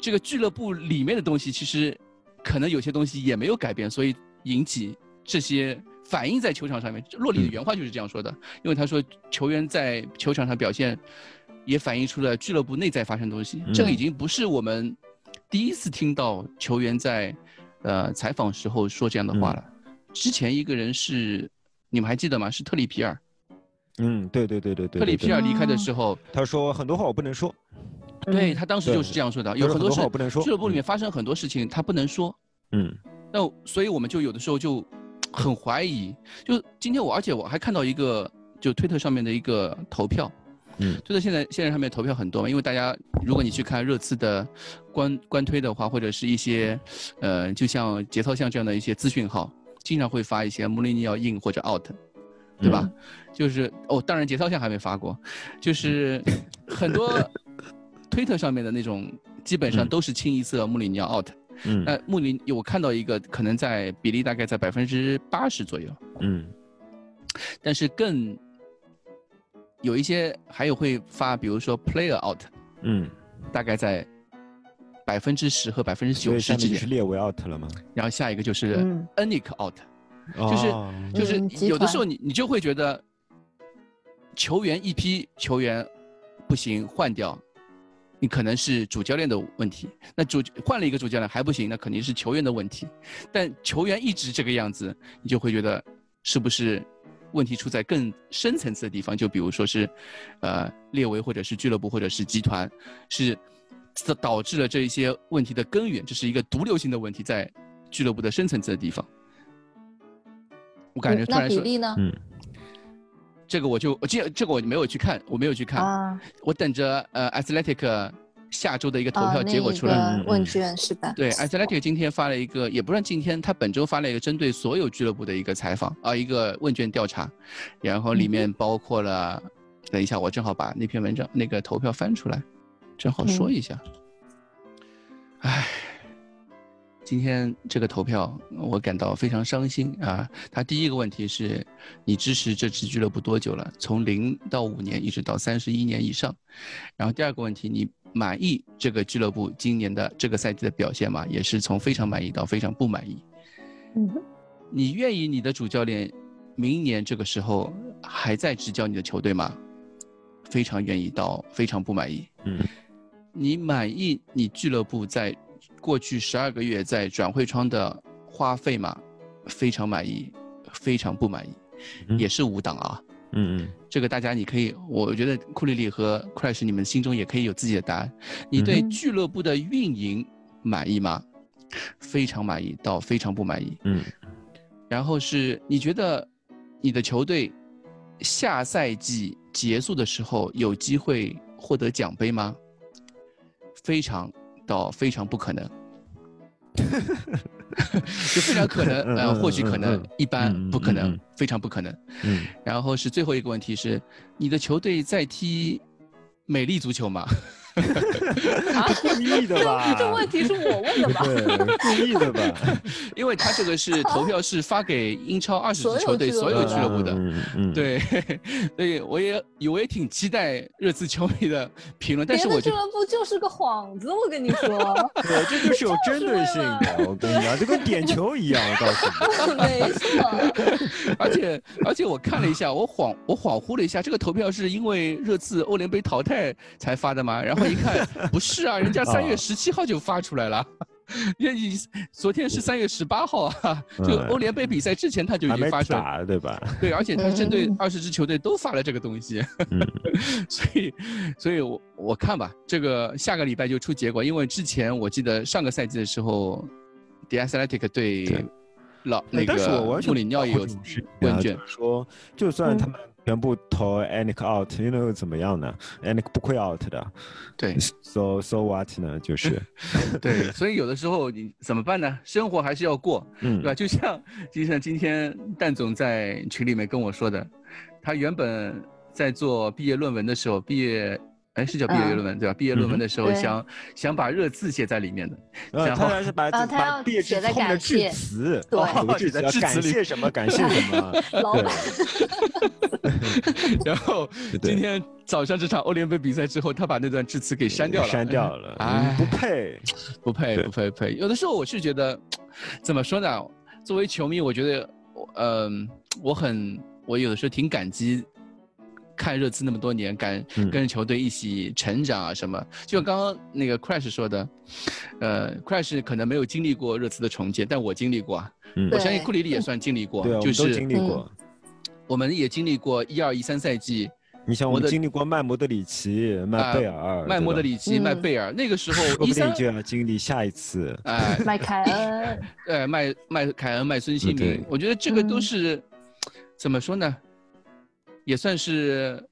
F: 这个俱乐部里面的东西，其实可能有些东西也没有改变，所以引起这些反应在球场上面。洛里的
A: 嗯
F: 原话就是这样说的，因为他说球员在球场上表现，也反映出了俱乐部内在发生的东西。
A: 嗯
F: 这个已经不是我们第一次听到球员在呃采访时候说这样的
A: 嗯
F: 话了。之前一个人是。你们还记得吗？是特里皮尔。
A: 嗯，对对对对对。
F: 特
A: 对
F: 里皮尔离开的时候，
A: 他说很多话我不能说，
E: 嗯
F: 对他当时
A: 对
F: 就是这样说的，
A: 他
F: 有
A: 说很
F: 很多
A: 多
F: 事
A: 话我不能说。
F: 俱乐部里面发生很多事情，他不能说。
A: 嗯，
F: 那我所以我们就有的时候就很怀疑。就今天我，而且我还看到一个，就推特上面的一个投票。
A: 嗯
F: 推特现在现在上面投票很多嘛，因为大家如果你去看热刺的官官推的话，或者是一些，呃，就像节操像这样的一些资讯号，经常会发一些穆里尼奥 in 或者 out，对吧？就是哦，当然节操像还没发过，就是很多推特上面的那种，基本上
A: 嗯
F: 都是清一色穆里尼奥 out。
A: 嗯
F: 那穆林，我看到一个可能在比例大概在百分之八十左右，
A: 嗯
F: 但是更有一些还有会发，比如说 player out，
A: 嗯，
F: 大概在百分之十和百分之
A: 所
F: 九
A: 以
F: 十
A: 下
F: 之
A: 面就是
F: 间。
A: 列维 out 了吗？
F: 然后下一个就是
E: 嗯
F: enic out，、
A: 就是
F: 就是
E: 嗯集
F: 有的
E: 团
F: 时候你你就会觉得球员一批球员不行换掉。你可能是主教练的问题，那主换了一个主教练还不行，那肯定是球员的问题。但球员一直这个样子，你就会觉得是不是问题出在更深层次的地方？就比如说是，呃，列维或者是俱乐部或者是集团，是导导致了这一些问题的根源，这是一个毒瘤性的问题在俱乐部的深层次的地方。我感觉
E: 嗯
F: 突
E: 那
F: 然
E: 比
F: 说嗯
E: 例呢？
F: 这个我就我哦这这个我没有去看，我没有去看，
E: 啊，
F: 我等着呃 Athletic 下周的一个投
E: 啊
F: 票
E: 那
F: 结果
E: 一
F: 出来。
E: 个
A: 嗯嗯
E: 问卷是吧？
F: 对，Athletic 今天发了一个，也不算今天，他本周发了一个针对所有俱乐部的一个采访啊、一个问卷调查，然后里面包括了，等一下，我正好把那篇文章那个投票翻出来，正好说一下。唉，今天这个投票我感到非常伤心啊！他第一个问题是，你支持这支俱乐部多久了？从零到五年，一直到三十一年以上。然后第二个问题，你满意这个俱乐部今年的这个赛季的表现吗？也是从非常满意到非常不满意。
E: 嗯哼
F: 你愿意你的主教练明年这个时候还在执教你的球队吗？非常愿意到非常不满意。
A: 嗯，
F: 你满意你俱乐部在过去十二个月在转会窗的花费吗？非常满意，非常不满意，
A: 嗯
F: 也是五档啊。
A: 嗯嗯
F: 这个大家你可以，我觉得库里里和 Crash 你们心中也可以有自己的答案。你对
E: 嗯
F: 俱乐部的运营满意吗？非常满意到非常不满意。
A: 嗯
F: 然后是你觉得你的球队下赛季结束的时候有机会获得奖杯吗？非常到非常不可能，就非常可能，
A: 嗯
F: 呃，
A: 嗯
F: 或许可
A: 嗯
F: 能
A: 嗯，
F: 一般
A: 嗯
F: 不可
A: 嗯
F: 能
A: 嗯，
F: 非常不可能。
A: 嗯，
F: 然后是最后一个问题是，你的球队在踢美丽足球吗？
E: 啊，
A: 故意的吧？
E: 这问题是我问的吧？
A: 对，故意 的吧？
F: 因为他这个是投票是发给英超二十
E: 所
F: 支
E: 有
F: 球队
E: 俱乐
F: 所
E: 部
F: 有
E: 的
F: 俱乐部的。
A: 嗯嗯，
F: 对， 所以我也我也挺期待热刺球迷的评论，但
E: 别
F: 是
E: 的
F: 我
E: 俱
F: 就
E: 乐部就是个幌子，我跟你说，
A: 对，这就是有针对性的，我跟你讲，就跟点球一样，我告 诉你。
E: 没错，
F: 而且而且我看了一下，我恍我恍惚了一下，这个投票是因为热刺欧联杯淘汰才发的吗？然后一看不是啊，人家三月
A: 啊
F: 十七号就发出来了。 人家已昨天是三月十八号啊，就
A: 嗯
F: 欧联杯比赛之前他就已
A: 还
F: 经
A: 没
F: 发出来了，
A: 打对吧？
F: 对，而且他针对
E: 嗯
F: 二十支球队都发了这个东西，
A: 嗯
F: 所以，所以我我看吧，这个下个礼拜就出结果，因为之前我记得上个赛季的时候，The Athletic 对
A: 对
F: 老
A: 对
F: 那
A: 但是我
F: 个
A: 完全
F: 穆里尼奥也有
A: 不知道这种事情啊
F: 问卷
A: 就，是说，就算他
E: 嗯
A: 们全部投 Anik out，又能又怎么样呢？Anik 不会 out 的
F: 对
A: ，so so what 呢？ 就是，
F: 对，所以有的时候你怎么办呢？生活还是要过，
A: 嗯
F: 对吧？就像就像今天蛋总在群里面跟我说的，他原本在做毕业论文的时候，毕业哎是叫毕业
E: 嗯
F: 论文、对吧？毕业论
A: 嗯
F: 文
A: 哼
F: 的时候
E: 对
F: 想想把热字写在里面的，
A: 呃，
F: 然
A: 他
F: 后
A: 要是把
E: 啊他
A: 把
E: 要
A: 毕业致
E: 写在
A: 辞后面的
E: 感
A: 致
E: 谢
A: 辞，
E: 对
A: 哦有致
F: 写在
A: 辞要
F: 致辞
A: 感
F: 里
A: 谢什么？感谢什么？
E: 老板，
F: 然后
A: 对对
F: 今天早上这场欧联杯比赛之后，他把那段致辞给 删掉了，
A: 删掉了， 嗯
F: 哎
A: 不配。
F: 不配，
A: 对
F: 不配，不配。有的时候我是觉得，怎么说呢？作为球迷，我觉得，我嗯、我很，我有的时候挺感激。看热刺那么多年，敢
A: 嗯
F: 跟着球队一起成长啊，什么？就像刚刚那个 Crash 说的，呃，Crash 可能没有经历过热刺的重建，但我经历过啊。
A: 嗯
F: 我
E: 对
F: 相信库里里也算经历过，
A: 对啊，我
F: 就
A: 们都
F: 是
A: 经历过。
F: 我们也经历过一二一三赛季，
E: 嗯
A: 你想，我
F: 我的
A: 们经历过麦摩德里奇、麦贝尔、
F: 麦莫德
A: 里，
F: 里奇、
E: 嗯
F: 麦贝尔，那个时候
A: 啊说
F: 一
A: 不定
F: 三
A: 就要经历下一次。
F: 哎，
E: 麦凯恩，
F: 呃，卖卖凯恩、卖孙兴民
A: 对，
F: 我觉得这个都
E: 嗯
F: 是、怎么说呢，也算是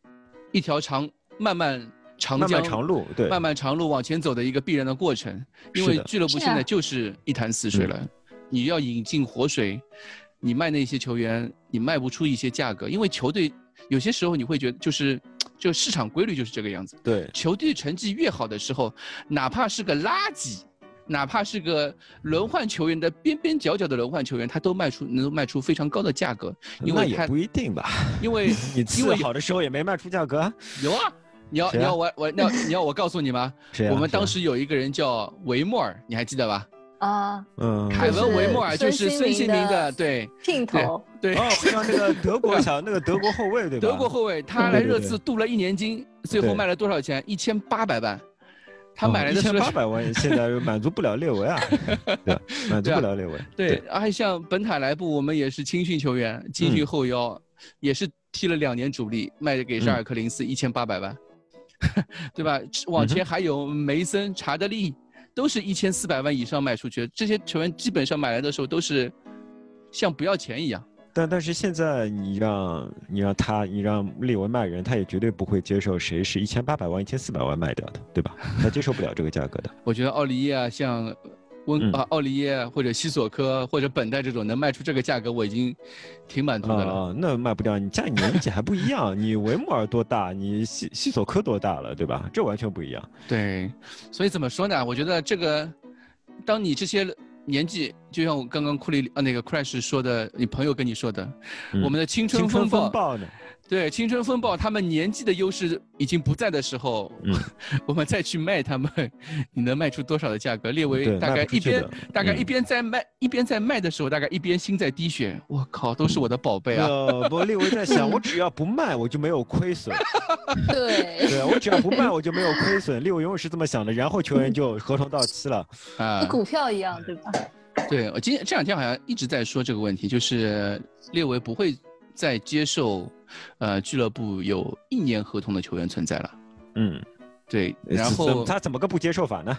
F: 一条长漫漫长江
A: 漫漫长路，对，
F: 漫漫长路往前走的一个必然的过程。因
A: 是
F: 为
A: 的嗯
F: 俱乐部
E: 是
F: 现在
E: 啊
F: 就是一潭死水了，你要引进活水，你卖那些球员，你卖不出一些价格，因为球队有些时候你会觉得就是。就市场规律就是这个样子，
A: 对，
F: 球队成绩越好的时候，哪怕是个垃圾，哪怕是个轮换球员的边边角角的轮换球员，他都卖出能卖出非常高的价格，因
A: 那
F: 为
A: 也
F: 他
A: 不一定吧。
F: 因为
A: 你
F: 因
A: 治
F: 为
A: 好的时候也没卖出价格啊，
F: 有啊，你要、
A: 谁
F: 你
A: 啊
F: 要我我那你要我告诉你吗？
A: 谁啊？
F: 我们当
A: 谁
F: 时有一个人叫维莫尔，你还记得吧？
E: 啊，
A: 啊嗯，
F: 凯文维莫
E: 莫
F: 尔就是孙
E: 孙
F: 兴
E: 兴
F: 民
E: 民
F: 的，
E: 的
F: 对
E: 镜头，
F: 对。
A: 哦，我知道那个德 国小那个德国后卫对吧？
F: 德国后卫，他
A: 对
F: 来
A: 对
F: 热
A: 对
F: 刺镀了一年金，最后
A: 对哦
F: 卖了多少钱？一千八百万。他买来的
A: 一
F: 时
A: 千
F: 候
A: 八百万，现在满足不了列 维啊，对吧，满足
F: 对啊
A: 不了列维。
F: 对，而且像本塔莱布，我们也是青训球员，青
A: 嗯
F: 训后腰，也是踢了两年主力，卖给
A: 嗯
F: 沙尔克林斯一千八百万， 对吧？
A: 嗯
F: 往前还有梅森、查德利，都是一千四百万以上卖出去的。这些球员基本上买来的时候都是像不要钱一样。
A: 但但是现在你让你让他你让列维卖人，他也绝对不会接受谁是一千八百万、一千四百万卖掉的，对吧？他接受不了这个价格的。
F: 我觉得奥利耶啊，像温、
A: 嗯
F: 啊奥利耶或者西索科或者本代这种能卖出这个价格，我已经挺满足
A: 啊、
F: 的了。
A: 那卖不掉，你家里年纪还不一样， 你维莫尔多大，你西西索科多大了，对吧？这完全不一样。
F: 对，所以怎么说呢？我觉得这个，当你这些年纪，就像我刚刚库里呃那个 Crash 说的，你朋友跟你说的，
A: 嗯
F: 我们的青春
A: 青
F: 风
A: 春
F: 暴，
A: 风暴呢？
F: 对青春风暴，他们年纪的优势已经不在的时候，
A: 嗯
F: 我们再去卖他们， 你能卖出多少的价格？列为
A: 对
F: 大
A: 卖
F: 概
A: 不出
F: 一
A: 去
F: 边
A: 的
F: 大概
A: 嗯
F: 一边在卖、一边在卖的时候，大概一边心在滴血，我靠，都是我的宝贝啊！
A: 呃，不，列维在想，我只要不卖，我就没有亏损。
E: 对，
A: 对啊我只要不卖，我就没有亏损。列维永远是这么想的，然后球员就合同到期了。
F: 啊
E: 跟，股票一样，对吧？
F: 对我今天这两天好像一直在说这个问题，就是列维不会再接受，呃，俱乐部有一年合同的球员存在了。
A: 嗯，
F: 对，然
A: 是怎么
F: 后
A: 他怎么个不接受法呢？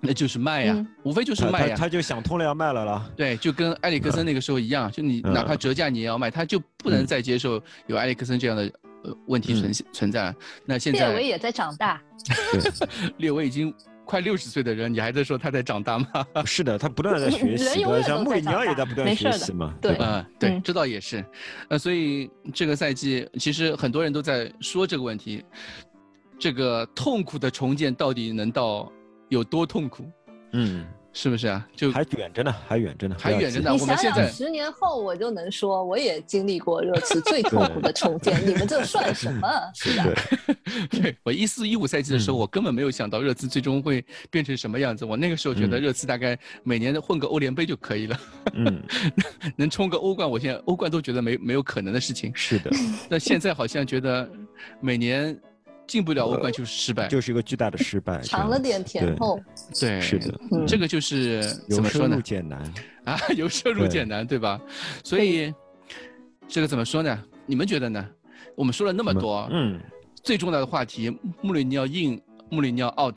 F: 那就是卖呀，
E: 嗯
F: 无非就是
A: 他
F: 卖
A: 他
F: 呀。
A: 他就想通了要卖了 啦。
F: 对，就跟埃里克森那个时候一样，就你
A: 嗯
F: 哪怕折价你也要卖，他就不能再接受有埃里克森这样的呃问题
A: 嗯
F: 存存在了。那现
E: 列维
F: 在
E: 也在长大，
F: 列维已经快六十岁的人，你还在说他在长大吗？
A: 是的，他不断地在学
E: 人
A: 习
E: 永
A: 的，
E: 远
A: 像
E: 都
A: 穆
E: 在
A: 里尼奥
E: 长
A: 也在
E: 大
A: 不断
E: 没
A: 学
E: 事
A: 习嘛，
E: 对
A: 吧？
F: 嗯，对，
E: 嗯
F: 这倒也是。呃，所以这个赛季其实很多人都在说这个问题，这个痛苦的重建到底能到有多痛苦，
A: 嗯，
F: 是不是啊？就
A: 还远着呢，还远着呢，
F: 还
A: 不要
F: 远着
A: 急
F: 呢那
E: 你
F: 我们
E: 想
F: 现
E: 想
F: 在
E: 十年后，我就能说我也经历过热刺最痛苦的重建，你们这算什 么？是吧？
A: 对，
F: 对我一四一五赛季的时候，
A: 嗯
F: 我根本没有想到热刺最终会变成什么样子。我那个时候觉得
A: 嗯
F: 热刺大概每年混个欧联杯就可以了，
A: 嗯，
F: 能冲个欧冠，我现在欧冠都觉得没没有可能的事情。
A: 是的，
F: 但现在好像觉得每年进不了欧冠就是失败。
A: 呃就是一个巨大的失败。这
E: 尝
A: 样
E: 了点甜头，
F: 对，
A: 是的，
E: 嗯
F: 哎这个就是怎
A: 由
F: 么说
A: 奢
F: 呢
A: 入？俭难。
F: 啊， 由奢入俭难，对吧？所以这个怎么说呢？你们觉得呢？我们说了那么多，
A: 嗯
F: 最重要的话题，穆里尼奥 in，穆里尼奥 out，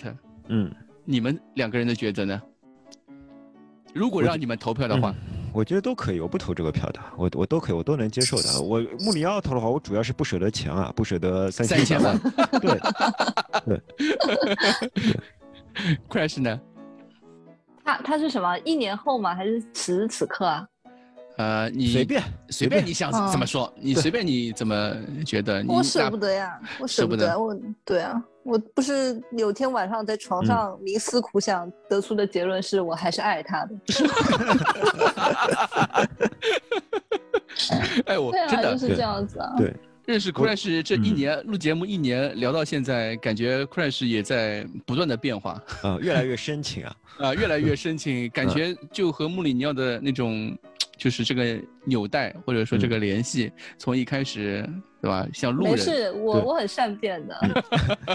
A: 嗯，
F: 你们两个人的抉择呢？如果
A: 我
F: 让
A: 觉
F: 你们投票的话，
A: 嗯我觉得都可以，我不投这个票的，我我都可以，我都能接受的。我穆里奥投的话，我主要是不舍得钱啊，不舍得三
F: 三千
A: 千
F: 万
A: 万。对，嗯
F: ，Crash 呢？
E: 他他是什么？一年后吗？还是此时此刻啊？
F: 呃，你
A: 随便哦随
F: 随便
A: 便
F: 你想
E: 嗯
F: 怎么说，你随便你怎么觉得，你
E: 我舍
F: 哪
E: 不得呀，我
F: 舍
E: 舍
F: 不
E: 不
F: 得
E: 得，我对啊，我不是有天晚上在
F: 嗯
E: 床上冥思苦想，得出的结论是我还是爱他的。
F: 哎，我
E: 对
F: 真
E: 啊，就
F: 的
E: 是这样子啊。
A: 对
F: 认识
A: 我
F: Crash 这一
A: 嗯
F: 年录节目一年聊到现在，感觉 Crash 也在不断的变化
A: 啊、越来越深情啊。
F: 啊，越来越深情，感
A: 嗯
F: 觉就和穆里尼奥的那种，就是这个纽带或者说这个
A: 嗯
F: 联系，从一开始对吧，像路
E: 没
F: 人，嗯
E: 事，我
A: 对
E: 我很善变的，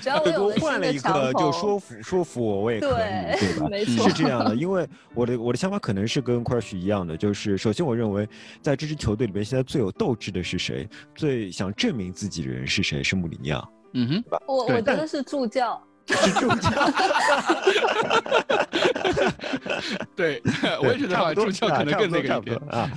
E: 只哦要我有
A: 我
E: 了
A: 换
E: 新
A: 了
E: 的
A: 一
E: 想
A: 个
E: 头，
A: 就说服说服我，我也可以，
E: 对
A: 对吧？
E: 没 错
A: 是这样的，因为我的我的想法可能是跟 Crash 一样的，就是首先我认为，在这支球队里面，现在最有斗志的是谁？最想证明自己的人是谁？是穆里尼 奥。
F: 嗯哼，
E: 我我
F: 对
E: 觉得是助教，
F: 对， 我也觉得
A: 差
F: 话
A: 不多
F: 助教可
A: 啊
F: 能
A: 差不
F: 更
A: 多
F: 那个
A: 差
F: 一
A: 不多
F: 点。
A: 啊。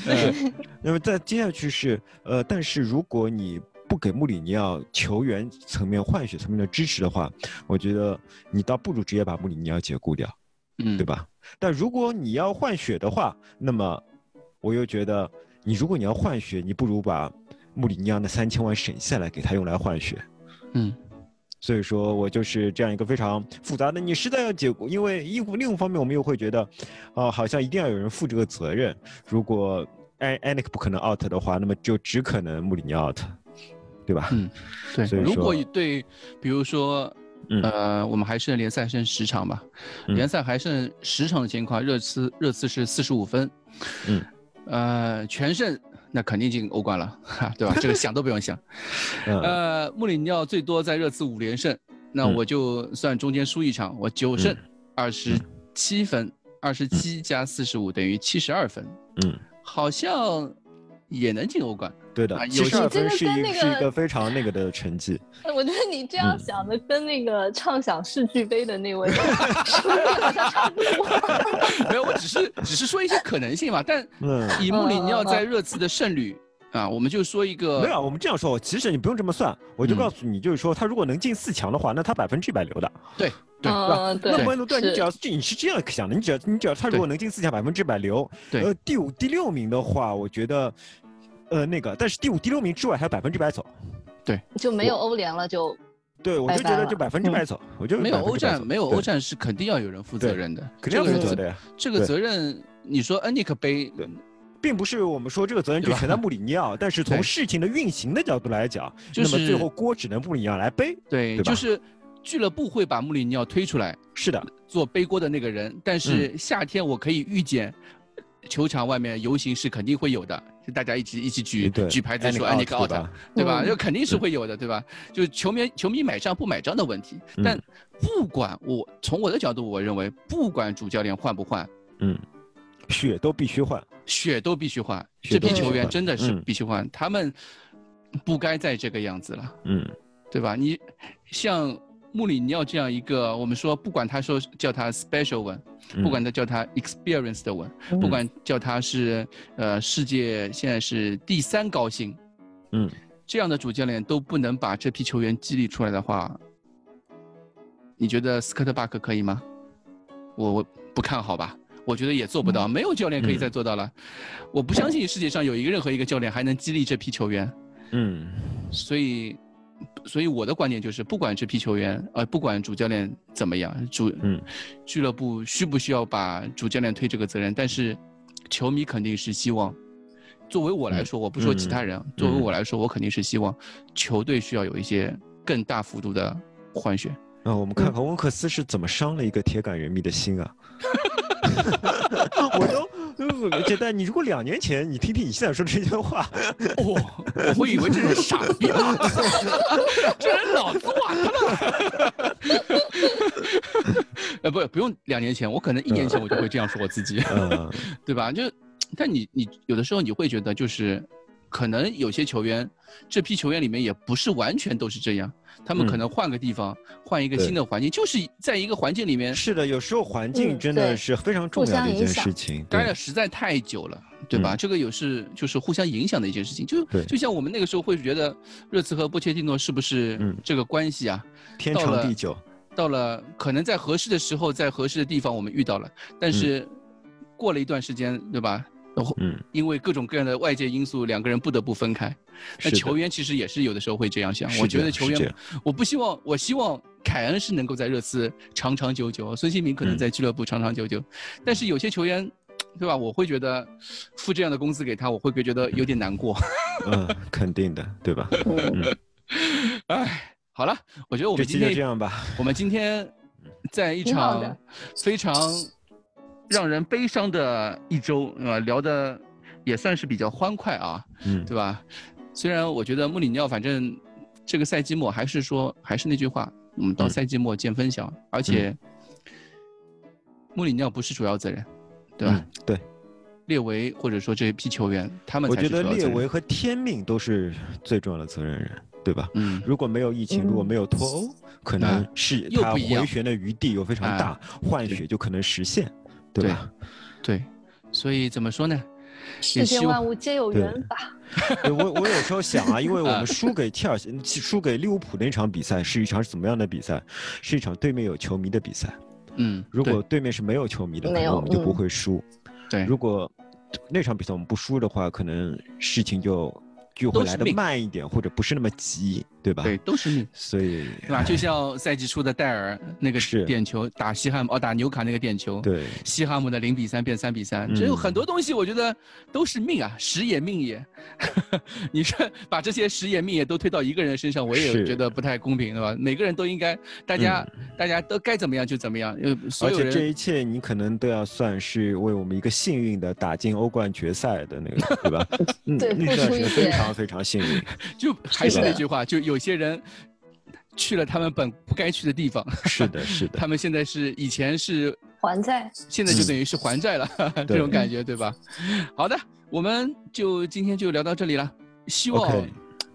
A: 那么再接下去是呃，但是如果你不给穆里尼奥球员层面、换血层面的支持的话，我觉得你倒不如直接把穆里尼奥解雇掉。
F: 嗯
A: 对？吧？但如果你要换血的话，那么我又觉得，你如果你要换血，你不如把穆里尼奥那三千万省下来，给他用来换血。
F: 嗯，
A: 所以说我就是这样一个非常复杂的，你实在要解雇，因为一另一方面我们又会觉得，啊、好像一定要有人负这个责任。如果安安妮克不可能 out 的话，那么就只可能穆里尼奥 out，对吧？
F: 嗯对，
A: 所以
F: 如果
A: 说
F: 对，比如说，
A: 嗯
F: 呃，我们还剩联赛剩十场吧，
A: 嗯
F: 联赛还剩十场的情况，热刺热刺是四十五分，
A: 嗯，
F: 呃，全胜那肯定进欧冠了，哈，对吧？这个想都不用想。
A: 嗯
F: 呃，穆里尼奥最多在热刺五连胜，那
A: 嗯
F: 我就算中间输一场，我九胜二十七分，二十七加四十五等于七十二分，
A: 嗯，
F: 好像也能进欧冠。
A: 对的
F: 啊，
A: 七
F: 有
A: 十二
E: 你这
A: 分
E: 个
A: 是一
E: 跟那
A: 是一
E: 个
A: 个非常那个的成绩。
E: 哎我觉得你这样
A: 嗯
E: 想的跟那个畅想世俱杯的那位 说的好像差不多。
F: 没有，我只是只是说一些可能性嘛。但
A: 嗯，
F: 以穆里尼奥在热刺的胜率啊，我们就说一个
A: 没有，我们这样说，其实你不用这么算，我就
F: 嗯
A: 告诉你，就是说，他如果能进四强的话，那他百分之一百留的。
F: 对 对
E: 嗯，
A: 那么对，你
E: 是
A: 只要你是这样想的，你只要你只要他如果能进四强，百分之百留。
F: 对
A: 呃，第五、第六名的话，我觉得，呃，那个，但是第五、第六名之外还有百分之百走。
E: 就没有欧联了，就
A: 对，我
E: 拜
A: 就觉
E: 拜
A: 得
E: 了
A: 就百分之百走，我就
F: 嗯没有欧
A: 100%
F: 战，
A: 走
F: 没有
A: 对
F: 欧战是肯定要有人负责任的，
A: 肯定要
F: 这
A: 负
F: 个
A: 责
F: 责
A: 的呀。
F: 这个
A: 对
F: 责任你说恩尼克杯，
A: 对并不是我们说这个责任就
F: 对吧
A: 全在穆里尼奥，但是
F: 对
A: 从事情的运行的角度来讲，
F: 就是
A: 那么最后锅只能穆里尼奥来背。对
F: 对，
A: 吧
F: 就是俱乐部会把穆里尼奥推出来
A: 是的，
F: 做背锅的那个人，但
A: 嗯
F: 是夏天我可以预见，球场外面游行是肯定会有的，就大家一起一起举
A: 对，
F: 举牌子说
A: Annie
F: 安妮克
A: out，
F: out，
A: 对吧？
F: 对吧？
E: 嗯
F: 这肯定是会有的，对吧？就球迷球迷买账不买账的问题，
A: 嗯
F: 但不管我从我的角度，我认为不管主教练换不换，
A: 嗯血都必须换。
F: 血都必须换。
A: 血
F: 这
A: 都
F: 批
E: 必须
F: 球员
A: 换
F: 真的是
A: 嗯
F: 必须换，他们不该再这个样子了，
A: 嗯，
F: 对吧？你像穆里尼奥这样一个，我们说不管他说叫他 special one，
A: 嗯
F: 不管他叫他 experienced one，不管叫他是呃世界现在是第三高薪，
A: 嗯，
F: 这样的主教练都不能把这批球员激励出来的话，你觉得斯科特巴克可以吗？我我不看好吧，我觉得也做不
A: 嗯
F: 到，没有教练可以再做到了。我不相信世界上有一个任何一个教练还能激励这批球员，
A: 嗯
F: 所以。所以我的观点就是，不管这批球员，呃，不管主教练怎么样，主
A: 嗯
F: 俱乐部需不需要把主教练推这个责任，但是球迷肯定是希望。作为
A: 嗯
F: 我来说，我不说其他人，作为我来说，我肯定是希望球队需要有一些更大幅度的换血。
A: 那啊我们
F: 嗯
A: 看看温克斯是怎么伤了一个铁杆人迷的心 啊！我都，而且但你如果两年前你听听你现在说这些话，
F: 哦， 我会以为这人傻逼吧？ 这人啊脑子瓦了。 呃，不，不用两年前，我可能一年前我就会这样说我自己。
A: 嗯
F: 对吧？就，但你你有的时候你会觉得就是，可能有些球员，这批球员里面也不是完全都是这样，他们
A: 嗯
F: 可能换个地方，换一个
A: 对
F: 新的环境，就是在一个环境里面
A: 是的，有时候环境
E: 嗯
A: 真的
E: 对
A: 是非常重要的一件事情。
F: 待了
A: 对
F: 实在太久了，对吧？
A: 嗯
F: 这个也是就是互相影响的一件事情，就
A: 对
F: 就像我们那个时候会觉得热刺和波切蒂诺是不是
A: 嗯
F: 这个关系啊？
A: 天
F: 到
A: 长
F: 了
A: 地久，
F: 到了可能在合适的时候，在合适的地方我们遇到了，但是过了一段时间，对吧？然后
A: 嗯，
F: 因为各种各样的外界因素，两个人不得不分开。那
A: 是的
F: 球员其实也是有的时候会这样想
A: 是，
F: 我
A: 这
F: 觉
A: 样
F: 得球
A: 是这
F: 员
A: 样，
F: 我不希望，我希望凯恩是能够在热刺长长久久，孙兴民可能
A: 嗯
F: 在俱乐部长长久久，但是有些球员，对吧？我会觉得付这样的工资给他，我会觉得有点难过。
A: 嗯，肯定的，对 吧？
E: 嗯
F: 哎，好了，我觉得我
A: 嗯这
F: 们
A: 期
F: 今
A: 就
F: 天
A: 这样吧。嗯
F: 我们今天在一
E: 挺好的
F: 场非常让人悲伤的一周，呃，聊的也算是比较欢快啊。
A: 嗯，
F: 对吧？虽然我觉得穆里尼奥，反正这个赛季末还是说，还是那句话，我们到
A: 嗯
F: 赛季末见分晓。而且，穆里尼奥不是主要责任，对吧？
A: 嗯，对，
F: 列维或者说这批球员，他们
A: 我
F: 才
A: 觉
F: 是主
A: 得
F: 要责任。
A: 列维，和天命都是最重要的责任人，对吧？
F: 嗯，
A: 如果没有疫情，如果
E: 嗯
A: 没有脱欧，可能
F: 那
A: 是
F: 又
A: 它
F: 不一样
A: 回
F: 哎
A: 旋的余地又非常大，换血就可能实现，对吧？
F: 对，所以怎么说呢？也
E: 世
F: 希
E: 间
F: 望
E: 万物皆有缘吧。
A: 对我我有时候想 啊，因为我
F: 啊
A: 们输给切尔西、输给利物浦那场比赛是一场怎么样的比赛？是一场对面有球迷的比赛。
F: 嗯，
A: 如果对面是没有球迷的，可
E: 没
A: 能
E: 有
A: 我们就不
E: 嗯
A: 会输。
F: 对对
A: 如果那场比赛我们不输的话，可能事情就就
F: 都
A: 会
F: 是
A: 来的
F: 命
A: 慢一点，或者不是那么急，对吧？
F: 对，，都是命。
A: 所以
F: 对吧？就像赛季初的戴尔那个
A: 是
F: 点球打西汉姆，哦，打纽卡那个点球，
A: 对
F: 西汉姆的零比三变三比三，这有
A: 嗯
F: 很多东西，我觉得都是命啊，时也命也。 你这把这些时也命也都推到一个人身上，我也
A: 是嗯
F: 觉得不太公平，对吧？每个人都应该，大家、大家都该怎么样就怎么样，呃，所
A: 而
F: 有
A: 且这
F: 人
A: 一切你可能都要算是为我们一个幸运的打进欧冠决赛的那个，对吧？嗯
E: 对
A: 那
E: 付
A: 段
E: 出
A: 是
E: 一
A: 非
E: 点
A: 常非常幸运，
F: 就还是
E: 是的
F: 那句话，就有些人去了他们本不该去的地方，
A: 是的，是的
F: 他，们现在是以前是
E: 还债，
F: 现在就等于是还债了， 这种
A: 嗯对
F: 感觉，对吧？好的，我们就今天就聊到这里了。希望
A: OK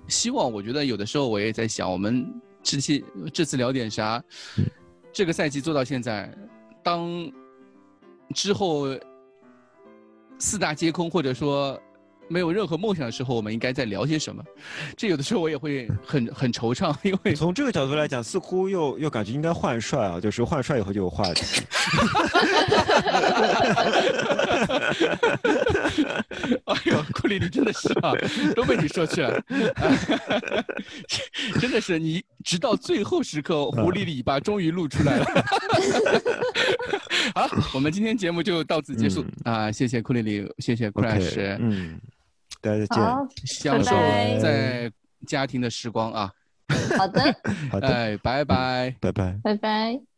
F: 希望我觉得有的时候我也在想，我们这期这次聊点啥？
A: 嗯
F: 这个赛季做到现在，当之后四大皆空，或者说。没有任何梦想的时候，我们应该在聊些什么？这有的时候我也会很很惆怅，因为
A: 从这个角度来讲，似乎又又感觉应该换帅啊，就是换帅以后就有话
F: 啊
A: 题。
F: 哎呦，库里，你真的是啊，都被你说去了， 真的是
A: 嗯
F: 你直到最后时刻，狐狸尾巴终于露出来了， 好，我们今天节目就到此结束啊！谢谢库里里，谢谢 Crash，
A: 嗯 OK，嗯，大家再见。
E: 好，
F: 享受
E: 拜拜
F: 在家庭的时光啊！
E: 好的，
A: 好的，
F: 哎，拜拜。
A: 拜拜。
E: 拜拜。